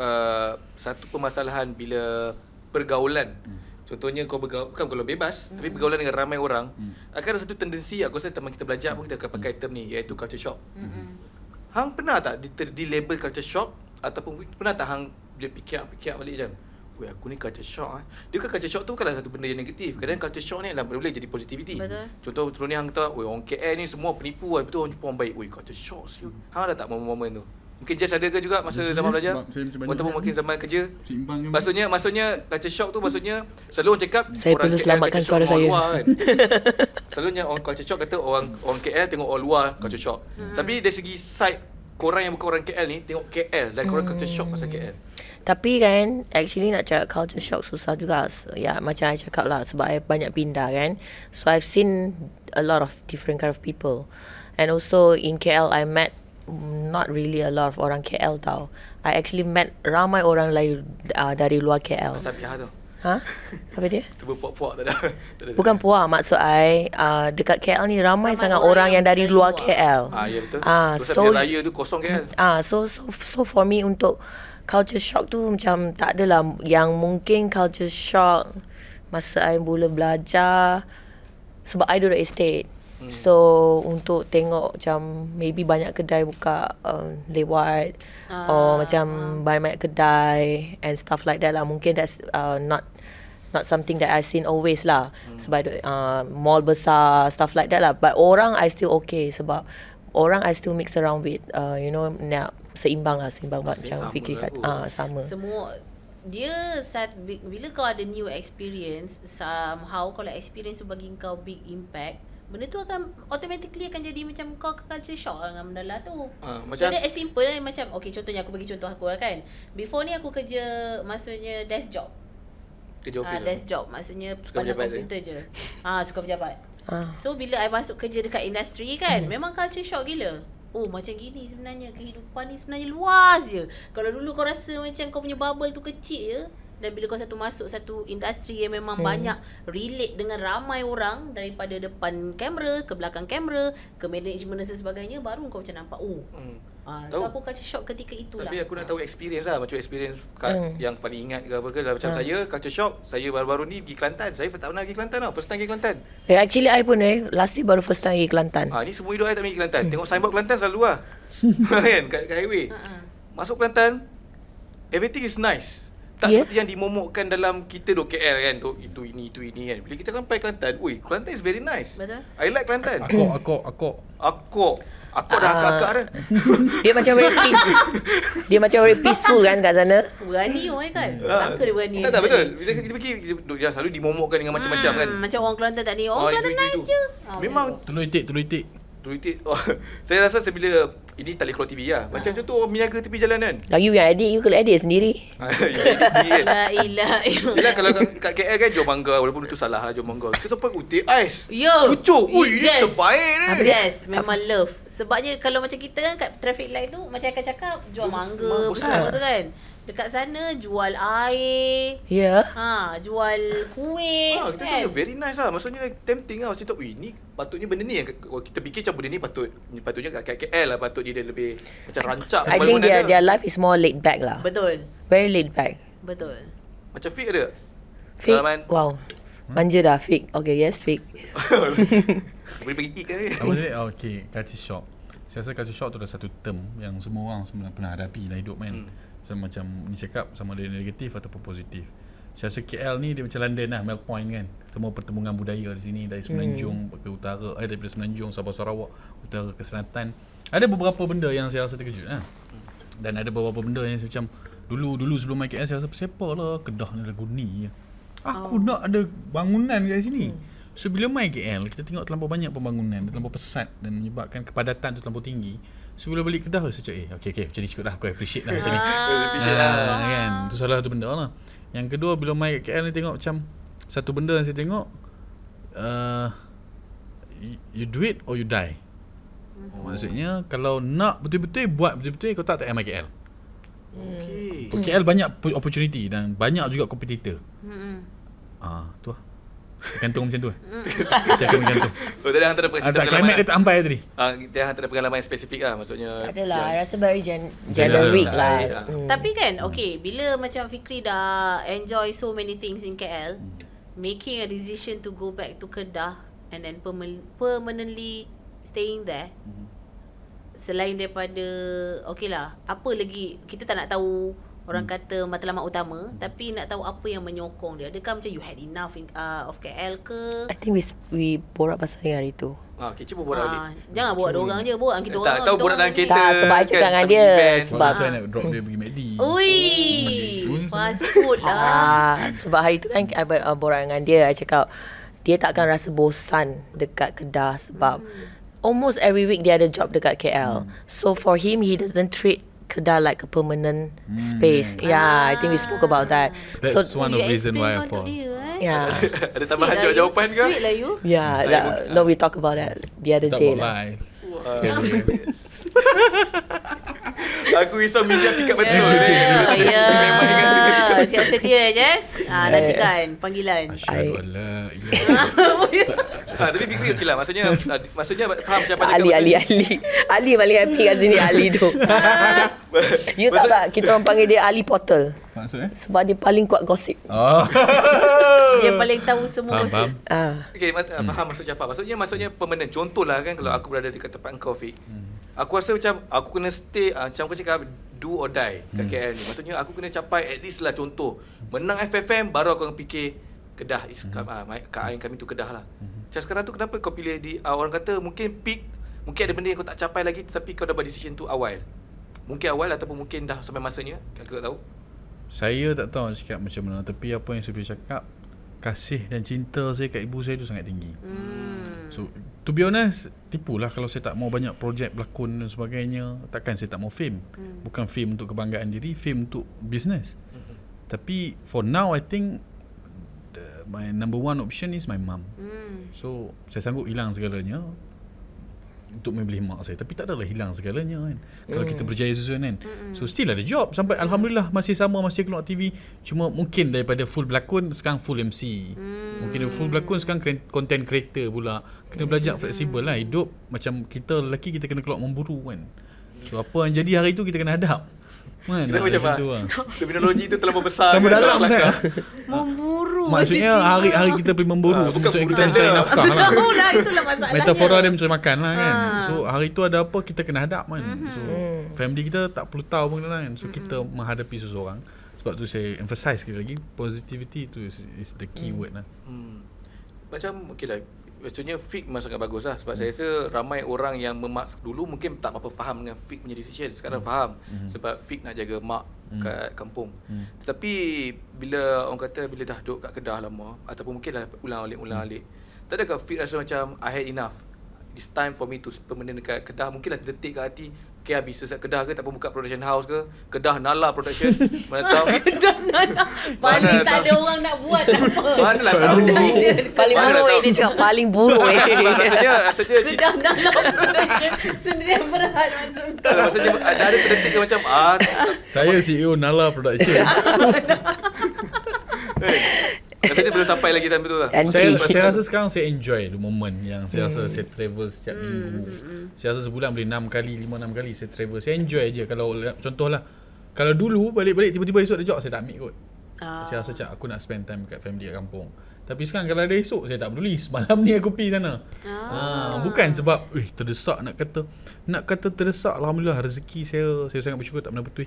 Speaker 2: uh, satu permasalahan bila pergaulan. Contohnya kau bergaul bukan kalau bebas, tapi pergaulan dengan ramai orang, akan ada satu tendensi aku rasa teman kita belajar pun kita akan pakai term ni iaitu culture shock. Hang pernah tak di, ter, di label culture shock ataupun pernah tak hang dia fikir-fikir balik macam Weh aku ni culture shock eh. Dia bukan culture shock tu bukanlah satu benda yang negatif. Kadang culture shock ni adalah boleh jadi positivity.
Speaker 1: Betul.
Speaker 2: Contoh sebelum ni hang kata, "Weh orang KL ni semua penipu kan. Betul orang jumpa orang baik. Weh culture shock siu." Hang ada tak momen-momen tu? Mungkin Jess ada ke juga masa
Speaker 5: Yes, yes,
Speaker 2: zaman belajar?
Speaker 5: sebab saya macam banyak
Speaker 2: Ataupun
Speaker 5: kan.
Speaker 2: mungkin zaman kerja?
Speaker 5: Seimbang kan?
Speaker 2: Maksudnya maksudnya culture shock tu maksudnya selalu orang cakap
Speaker 3: Saya
Speaker 2: orang
Speaker 3: perlu
Speaker 2: KL
Speaker 3: selamatkan
Speaker 2: culture
Speaker 3: suara
Speaker 2: shock orang
Speaker 3: saya.
Speaker 2: Luar, kan? Selalunya orang culture shock kata orang orang KL tengok orang luar culture shock. Tapi dari segi side korang yang bukan orang KL ni tengok KL dan korang culture shock pasal KL.
Speaker 3: Tapi kan Actually nak cakap culture shock Susah juga So, Ya yeah, macam I cakap lah Sebab I banyak pindah kan So I've seen A lot of different kind of people And also in KL I met mm, Not really a lot of orang KL tau I actually met Ramai orang lain uh, Dari luar KL
Speaker 2: Pasal pihak tu.
Speaker 3: Ha? Apa dia?
Speaker 2: Cuba puak-puak tak ada. Tak ada.
Speaker 3: Bukan puas maksud I uh, Dekat KL ni Ramai, ramai sangat orang, yang dari luar KL
Speaker 2: Ah ya betul.
Speaker 3: Ah,
Speaker 2: Pasal
Speaker 3: so-
Speaker 2: pihak raya tu kosong KL.
Speaker 3: Ah, so so so for me untuk culture shock tu macam tak adalah yang mungkin culture shock masa I mula belajar sebab I duduk estate. Hmm. So untuk tengok macam maybe banyak kedai buka um, lewat ah, or macam banyak kedai and stuff like that lah. Mungkin that's uh, not not something that I seen always lah. Hmm. Sebab I duduk, uh, mall besar stuff like that lah. But orang I still okay sebab orang I still mix around with uh, you know nak seimbang lah seimbang buat
Speaker 2: Masih
Speaker 3: macam
Speaker 2: sama
Speaker 3: fikir
Speaker 2: lah
Speaker 3: kat
Speaker 2: kot.
Speaker 3: ah sama.
Speaker 1: Semua dia saat bi- bila kau ada new experience somehow kalau experience tu bagi kau big impact benda tu akan automatically akan jadi macam kau akan culture shock lah dengan benda lah tu
Speaker 3: Hmm.
Speaker 2: Ah, macam-
Speaker 1: macam as simple lah macam okay contohnya aku bagi contoh aku lah kan before ni aku kerja maksudnya desk job
Speaker 2: Kerja
Speaker 1: Ah,
Speaker 2: office. lah.
Speaker 1: desk job maksudnya
Speaker 2: Suka
Speaker 1: pandang
Speaker 2: pejabat dia.
Speaker 1: komputer je. Ah, suka pejabat.
Speaker 3: Ah.
Speaker 1: So bila I masuk kerja dekat industri kan, memang culture shock gila. Oh macam gini sebenarnya kehidupan ni sebenarnya luas je. Kalau dulu kau rasa macam kau punya bubble tu kecil je dan bila kau satu masuk satu industri yang memang hmm. banyak relate dengan ramai orang daripada depan kamera ke belakang kamera ke management dan sebagainya baru kau macam nampak oh.
Speaker 2: Hmm.
Speaker 1: Ah,
Speaker 2: Tahu.
Speaker 1: so aku culture shock ketika itulah.
Speaker 2: Tapi aku nak tahu experience lah Macam experience kat
Speaker 3: Hmm.
Speaker 2: yang paling ingat ke apa ke Lah, Macam saya culture shock Saya baru-baru ni pergi Kelantan Saya tak pernah pergi Kelantan tau First time pergi Kelantan
Speaker 3: Eh, actually I pun eh last year baru first time pergi Kelantan.
Speaker 2: ha, Ni semua hidup saya tak pergi Kelantan Tengok signboard Kelantan selalu lah Kan kat, kat highway
Speaker 1: Ah, ah.
Speaker 2: Masuk Kelantan Everything is nice tak yeah.
Speaker 3: Yeah.
Speaker 2: seperti yang dimomokkan dalam kita duk KL kan duk itu ini itu ini kan bila kita sampai Kelantan ui Kelantan is very nice
Speaker 1: Betul.
Speaker 2: I like Kelantan
Speaker 4: Akok, akok, akok.
Speaker 2: aku aku dah akak-akak dah
Speaker 3: Dia macam very peace. dia macam very peaceful kan kat sana.
Speaker 1: Berani orang kan? Sangka dia berani.
Speaker 2: Hmm. Ah. tak tak betul bila kita pergi kita duk- ya, selalu dimomokkan dengan macam-macam kan
Speaker 1: Hmm, Macam orang Ah. Kelantan tadi. Orang
Speaker 2: Ah,
Speaker 1: Kelantan
Speaker 2: itu, itu,
Speaker 1: nice
Speaker 2: itu.
Speaker 1: je. Ah,
Speaker 2: Memang
Speaker 4: Telur itik, telur itik.
Speaker 2: Tweet oh, Saya rasa saya bila Ini tak boleh keluar TV lah
Speaker 1: Ah.
Speaker 2: Macam contoh orang meniaga tepi jalan kan
Speaker 3: Nah, Lah, you yang edit, you kena edit sendiri.
Speaker 2: Ah, ya, itu
Speaker 1: Oh,
Speaker 2: sendiri kan.
Speaker 1: La ilaha illallah.
Speaker 2: Yelah kalau kat kat KL kan Jom Mangga Walaupun itu salah lah Jom Mangga Kita tempat utik ais
Speaker 3: Ya,
Speaker 1: Yo.
Speaker 2: Kucuk Ui ini
Speaker 1: Yes.
Speaker 2: terbaik ni
Speaker 1: Yes, memang love. Sebabnya kalau macam kita kan kat traffic light tu macam akan cakap jual mangga
Speaker 2: mangga
Speaker 1: besar tu kan. Dekat sana jual air.
Speaker 3: Ya. Yeah.
Speaker 1: Ha, jual kuih
Speaker 2: Ah, kita
Speaker 1: kan.
Speaker 2: rasa very nice lah. Maksudnya like, tempting lah. Macam tu, wih ni patutnya benda ni yang kalau kita fikir macam benda ni patut. Ni patutnya kat KL lah. Patut dia lebih macam rancak.
Speaker 3: I think
Speaker 2: pembangunan
Speaker 3: their their life is more laid back lah.
Speaker 1: Betul.
Speaker 3: Very laid back.
Speaker 1: Betul.
Speaker 2: Macam fake ada?
Speaker 3: Fake.
Speaker 2: Pengalaman.
Speaker 3: Wow. Manja dah fake. Okay, yes fake.
Speaker 2: Boleh bagi gig kan?
Speaker 4: Apa dia? Oh, okay, culture shock. Saya rasa culture shock tu adalah satu term yang semua orang sebenarnya pernah hadapi dalam hidup kan. Hmm. Sama macam ni cakap sama ada negatif ataupun positif. Saya rasa KL ni dia macam London lah, Mel Point kan. Semua pertembungan budaya di sini dari Semenanjung hmm. ke utara, eh daripada Semenanjung Sabah Sarawak, utara ke selatan. Ada beberapa benda yang saya rasa terkejut lah. Dan ada beberapa benda yang saya macam dulu dulu sebelum main KL saya rasa siapa lah Kedah ni lagu ni je. Aku oh. nak ada bangunan kat sini. Hmm. So bila main KL kita tengok terlampau banyak pembangunan, terlampau pesat dan menyebabkan kepadatan tu terlampau tinggi. So bila balik Kedah saya cakap eh okey okey macam ni cukup dah aku appreciate lah macam ni.
Speaker 2: Appreciate
Speaker 4: Ah,
Speaker 2: lah.
Speaker 4: kan. Tu salah satu benda lah. Yang kedua bila main kat KL ni tengok macam satu benda yang saya tengok uh, you- you do it or you die. Oh. Maksudnya kalau nak betul-betul buat betul-betul kau tak tak payah main KL.
Speaker 2: Okay.
Speaker 4: Hmm. KL banyak po- opportunity dan banyak juga kompetitor.
Speaker 1: Hmm.
Speaker 4: Ah, tu lah. Tergantung macam tu eh. saya akan macam tu.
Speaker 2: Oh, tadi hantar
Speaker 4: Ah,
Speaker 2: pengalaman.
Speaker 4: tak, climate dia tak ampai tadi.
Speaker 2: Ah, dia hantar pengalaman yang spesifik lah. Maksudnya.
Speaker 3: Adalah, I
Speaker 2: yang-
Speaker 3: rasa very gen-
Speaker 4: General
Speaker 3: generic
Speaker 4: lah.
Speaker 3: lah.
Speaker 2: Ah,
Speaker 3: Mm.
Speaker 1: Tapi kan, okay, bila macam Fikri dah enjoy so many things in KL, making a decision to go back to Kedah and then perma- permanently staying there,
Speaker 2: Hmm.
Speaker 1: selain daripada, okay lah, apa lagi, kita tak nak tahu orang
Speaker 2: Hmm.
Speaker 1: kata matlamat utama, tapi nak tahu apa yang menyokong dia. Adakah macam you had enough in, uh, of KL ke?
Speaker 2: Eh,
Speaker 3: I think we s- we borak pasal ni hari tu.
Speaker 2: Ah, okay, cuba borak
Speaker 1: Ah,
Speaker 2: balik.
Speaker 1: jangan buat dia orang je, buat kita orang.
Speaker 2: Tak tahu
Speaker 1: kita
Speaker 2: borak dalam
Speaker 1: orang ni.
Speaker 2: kereta. kan,
Speaker 3: Tak, sebab I cakap dengan dia.
Speaker 2: Sebab.
Speaker 4: Sebab
Speaker 3: Sebab-
Speaker 4: tu I nak drop dia pergi McD.
Speaker 1: Ui, fast food lah.
Speaker 3: Ah, sebab hari tu kan I ber- uh, borak dengan dia, I cakap dia tak akan rasa bosan dekat Kedah sebab almost every week dia ada job dekat KL.
Speaker 4: Hmm.
Speaker 3: So for him he doesn't treat Kedah like a permanent space. Yeah, I think we spoke about that.
Speaker 4: Hmm, That's
Speaker 3: so
Speaker 4: one
Speaker 1: You
Speaker 4: of reason
Speaker 1: explain
Speaker 4: why
Speaker 1: kau
Speaker 4: I
Speaker 1: untuk
Speaker 4: fall. Oh,
Speaker 1: dia, eh?
Speaker 3: yeah.
Speaker 2: Ada
Speaker 1: Sweet
Speaker 2: tambahan
Speaker 1: lah you.
Speaker 2: jawapan ke?
Speaker 1: Sweet lah you.
Speaker 3: Yeah, that, no, we talk about that the other
Speaker 4: Tak
Speaker 3: day.
Speaker 4: buat
Speaker 3: Lah.
Speaker 4: live.
Speaker 2: Ah, Aku risau media pick up betul ni.
Speaker 1: Ya.
Speaker 2: Memang ingat
Speaker 1: Ya. Siap sedia, Jess. Ah, nantikan panggilan.
Speaker 4: Asyhadu an la ilaha
Speaker 2: Ah, tapi fikir okey lah. Maksudnya, ah, maksudnya faham siapa cakap
Speaker 3: Ali,
Speaker 2: macam-
Speaker 3: Ali, Ali. Ali paling happy kat sini, Ali tu. you Ya, tak tak, kita orang panggil dia Ali Portal.
Speaker 4: Maksud eh?
Speaker 3: Sebab dia paling kuat gosip.
Speaker 4: Oh.
Speaker 1: Dia paling tahu semua
Speaker 4: Faham, faham.
Speaker 1: gosip.
Speaker 3: Ah,
Speaker 2: Okay, mak-
Speaker 4: Hmm.
Speaker 2: ah, faham maksud Jafar. Maksudnya maksudnya permanent. Contohlah kan kalau aku berada dekat tempat kau Fik.
Speaker 4: Hmm.
Speaker 2: Aku rasa macam aku kena stay ah, macam kau cakap do or die kat
Speaker 4: Hmm.
Speaker 2: KL ni. Maksudnya aku kena capai at least lah contoh. Menang FFM baru aku akan fikir Kedah is hmm. ah, my, kat ayah kami tu Kedah lah.
Speaker 4: Hmm.
Speaker 2: Macam sekarang tu kenapa kau pilih di ah, orang kata mungkin peak mungkin ada benda yang kau tak capai lagi tetapi kau dah buat decision tu awal. Mungkin awal ataupun mungkin dah sampai masanya. Aku tak tahu.
Speaker 4: Saya tak tahu nak cakap macam mana Tapi apa yang saya boleh cakap Kasih dan cinta saya kat ibu saya tu sangat tinggi hmm. So to be honest Tipulah kalau saya tak mau banyak projek berlakon dan sebagainya Takkan saya tak mau fame hmm. Bukan fame untuk kebanggaan diri Fame untuk business hmm. Tapi for now I think the, My number one option is my mum hmm. So saya sanggup hilang segalanya untuk membeli mak saya tapi tak adalah hilang segalanya kan kalau kita
Speaker 2: Hmm.
Speaker 4: berjaya susun kan so still ada job sampai alhamdulillah masih sama masih keluar TV cuma mungkin daripada full berlakon sekarang full MC
Speaker 2: Hmm.
Speaker 4: mungkin daripada full berlakon sekarang kre- content creator pula kena belajar fleksibel lah hidup macam kita lelaki kita kena keluar memburu kan so apa yang jadi hari tu kita kena hadap kan
Speaker 2: Kita macam
Speaker 4: macam
Speaker 2: apa?
Speaker 4: tu lah
Speaker 2: Terminologi tu terlalu besar.
Speaker 4: Terlalu dalam,
Speaker 2: kelakar.
Speaker 1: Memburu.
Speaker 4: maksudnya hari-hari kita pergi
Speaker 2: Ah,
Speaker 4: memburu tu
Speaker 2: bukan
Speaker 4: maksudnya
Speaker 2: buru
Speaker 4: kita nak
Speaker 2: tanda.
Speaker 4: cari nafkah lah
Speaker 1: Tahu lah, ya. itulah masalahnya.
Speaker 4: Metafora dia macam makan lah kan So hari tu ada apa Kita kena hadap kan So family kita tak perlu tahu pun kan So kita menghadapi seseorang Sebab tu saya emphasize sekali lagi Positivity tu is, is the key word lah
Speaker 2: Hmm. Macam okey lah Maksudnya fake memang sangat bagus lah Sebab hmm. saya rasa ramai orang yang memaks Dulu mungkin tak apa faham dengan fake punya decision Sekarang hmm. faham hmm. Sebab fake nak jaga mak hmm. kat kampung hmm. Tetapi bila orang kata Bila dah Hmm. duduk kat Kedah lama Ataupun mungkin dah ulang alik-ulang alik Tak adakah fake rasa macam I had enough it's time for me to permanent dekat Kedah mungkinlah detik kat hati Okay lah business kat Kedah ke Tak pun buka production house ke Kedah Nala Production Mana tahu
Speaker 1: Kedah Nana Bali tak
Speaker 2: Mana tahu.
Speaker 1: ada orang nak buat tak apa
Speaker 2: Mana lah tahu
Speaker 3: Paling
Speaker 2: Mana
Speaker 3: buruk eh
Speaker 2: tahu.
Speaker 3: Dia cakap paling buruk eh
Speaker 2: Sebab Rasanya Rasanya
Speaker 1: Kedah Nana production Sendiri yang berat maksudnya
Speaker 2: Rasanya eh, ada ada detik ke macam ah,
Speaker 4: Saya CEO Nala Production.
Speaker 2: Rasanya belum sampai lagi time tu lah
Speaker 3: Kan?
Speaker 4: saya
Speaker 3: Nanti.
Speaker 4: saya rasa sekarang saya enjoy the moment yang saya rasa saya travel setiap minggu. Saya rasa sebulan boleh 6 kali, 5 6 kali saya travel. Saya enjoy je kalau contohlah kalau dulu balik-balik tiba-tiba esok ada job saya tak ambil kot.
Speaker 1: Ah.
Speaker 4: Saya rasa cak aku nak spend time kat family kat kampung. Tapi sekarang kalau ada esok saya tak peduli. Semalam ni aku pergi sana. Ah. bukan sebab eh terdesak nak kata. Nak kata terdesak alhamdulillah rezeki saya saya sangat bersyukur tak pernah betul.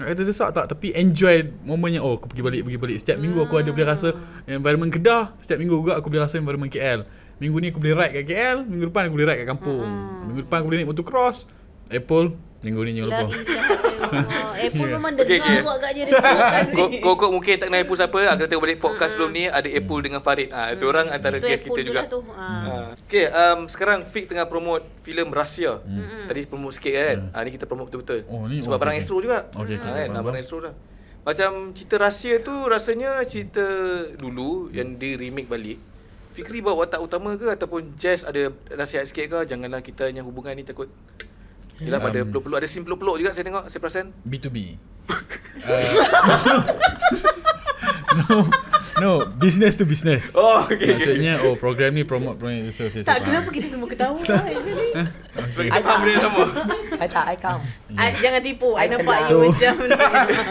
Speaker 4: Nak kata terdesak tak tapi enjoy momennya oh aku pergi balik pergi balik setiap minggu aku ada boleh rasa environment Kedah, setiap minggu juga aku boleh rasa environment KL. Minggu ni aku boleh ride kat KL, minggu depan aku boleh ride kat kampung. Minggu depan aku boleh naik motocross, Apple, minggu ni
Speaker 1: La
Speaker 4: nyoba.
Speaker 1: ilaha illallah. Eh pun memang
Speaker 2: Okay,
Speaker 1: dengar
Speaker 2: okay.
Speaker 1: awak agaknya dia podcast ni.
Speaker 2: Kok mungkin tak kenal Apple siapa ah, Kena tengok balik podcast sebelum ni Ada Apple dengan Farid ah, Itu orang antara
Speaker 1: Tu
Speaker 2: guest
Speaker 1: Apple
Speaker 2: kita
Speaker 1: tu
Speaker 2: juga
Speaker 1: lah tu. Ah.
Speaker 2: Ah. Okay, um, sekarang Fik tengah promote filem Rahsia.
Speaker 3: Hmm.
Speaker 2: Tadi promote sikit kan. Ah ni kita promote betul-betul.
Speaker 4: Hmm. Oh, ni
Speaker 2: Sebab
Speaker 4: okey,
Speaker 2: barang
Speaker 4: okey.
Speaker 2: Astro juga.
Speaker 4: Okey, okey,
Speaker 2: Ah, kan?
Speaker 4: faham,
Speaker 2: Ah, barang
Speaker 4: faham.
Speaker 2: Astro dah. Macam cerita Rahsia tu rasanya cerita dulu yang di remake balik. Fikri bawa watak utama ke ataupun Jazz ada nasihat sikit ke janganlah kita yang hubungan ni takut
Speaker 4: Ya,
Speaker 2: Yelah pada
Speaker 4: um.
Speaker 2: peluk-peluk Ada scene peluk-peluk juga saya tengok Saya perasan
Speaker 4: B2B. Uh, no, no, business to business.
Speaker 2: Oh, okey, okey,
Speaker 4: Maksudnya, oh program ni promote program ni. So, so, so,
Speaker 1: Tak
Speaker 4: faham.
Speaker 1: kenapa kita semua ketawa actually.
Speaker 2: Sebab kita faham benda yang sama
Speaker 3: I tak I come
Speaker 2: Hmm.
Speaker 1: Ah, jangan tipu. I nampak
Speaker 4: So-
Speaker 1: you macam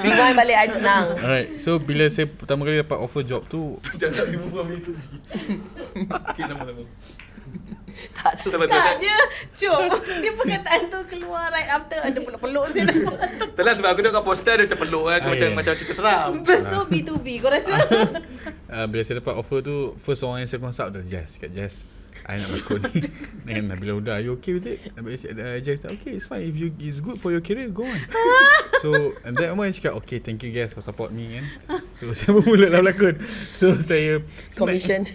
Speaker 3: Rewind balik I tenang
Speaker 4: Alright, so bila saya pertama kali dapat offer job tu
Speaker 2: Jangan tak dibuka itu Okay, lama-lama
Speaker 3: Tak tu
Speaker 2: Betul, betul
Speaker 1: tak dia cum. Dia perkataan tu keluar right after ada peluk-peluk saya nampak tu.
Speaker 2: Tak lah sebab aku tengok kat poster dia macam peluk kan. Aku
Speaker 4: Ah,
Speaker 2: macam
Speaker 4: ya.
Speaker 2: macam cerita seram.
Speaker 1: So B2B kau rasa?
Speaker 4: uh, Bila saya dapat offer tu First orang yang saya consult adalah Jazz Kat Jazz I nak berlakon ni Dengan Nabila Huda Are you okay with it? Nabila cakap, uh, Jazz tak okay It's fine If you it's good for your career Go on So And that one cakap Okay thank you guys For support me kan So saya pun mula lah berlakon So saya
Speaker 3: Commission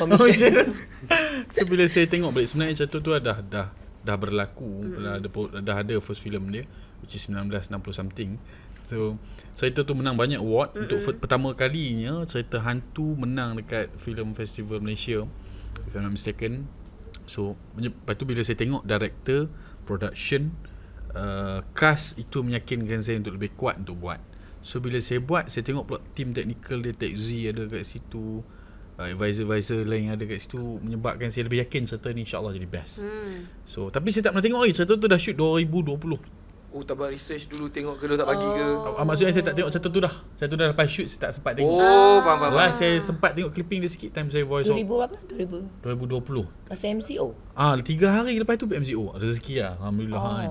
Speaker 3: Commission
Speaker 4: Commission Oh, So bila saya tengok balik Sebenarnya Catur tu dah Dah dah, dah berlaku dah, ada, pro- dah ada first film dia Which is 1960 something So Cerita tu menang banyak award mm Untuk fir- pertama kalinya Cerita hantu menang dekat Film Festival Malaysia If I'm not mistaken So menye- Lepas tu bila saya tengok Director Production uh, Cast itu meyakinkan saya Untuk lebih kuat untuk buat So bila saya buat Saya tengok pula Team technical dia Tech Z ada kat situ uh, Advisor-advisor lain yang ada kat situ Menyebabkan saya lebih yakin Cerita ni insyaAllah jadi best hmm. So tapi saya tak pernah tengok lagi Cerita tu dah shoot 2020
Speaker 2: Oh tak buat research dulu tengok ke dia tak bagi ke.
Speaker 4: Ah, Maksudnya saya tak tengok cerita tu dah Cerita tu dah lepas shoot Saya tak sempat tengok
Speaker 2: Oh faham faham. faham.
Speaker 4: Last saya sempat tengok clipping dia sikit Time saya voice
Speaker 3: 2000
Speaker 4: out
Speaker 3: berapa? 2000
Speaker 4: 2020
Speaker 3: Masa MCO
Speaker 4: Ah, tiga hari lepas tu BMCO Rezeki lah Alhamdulillah oh.
Speaker 3: Oh.
Speaker 4: kan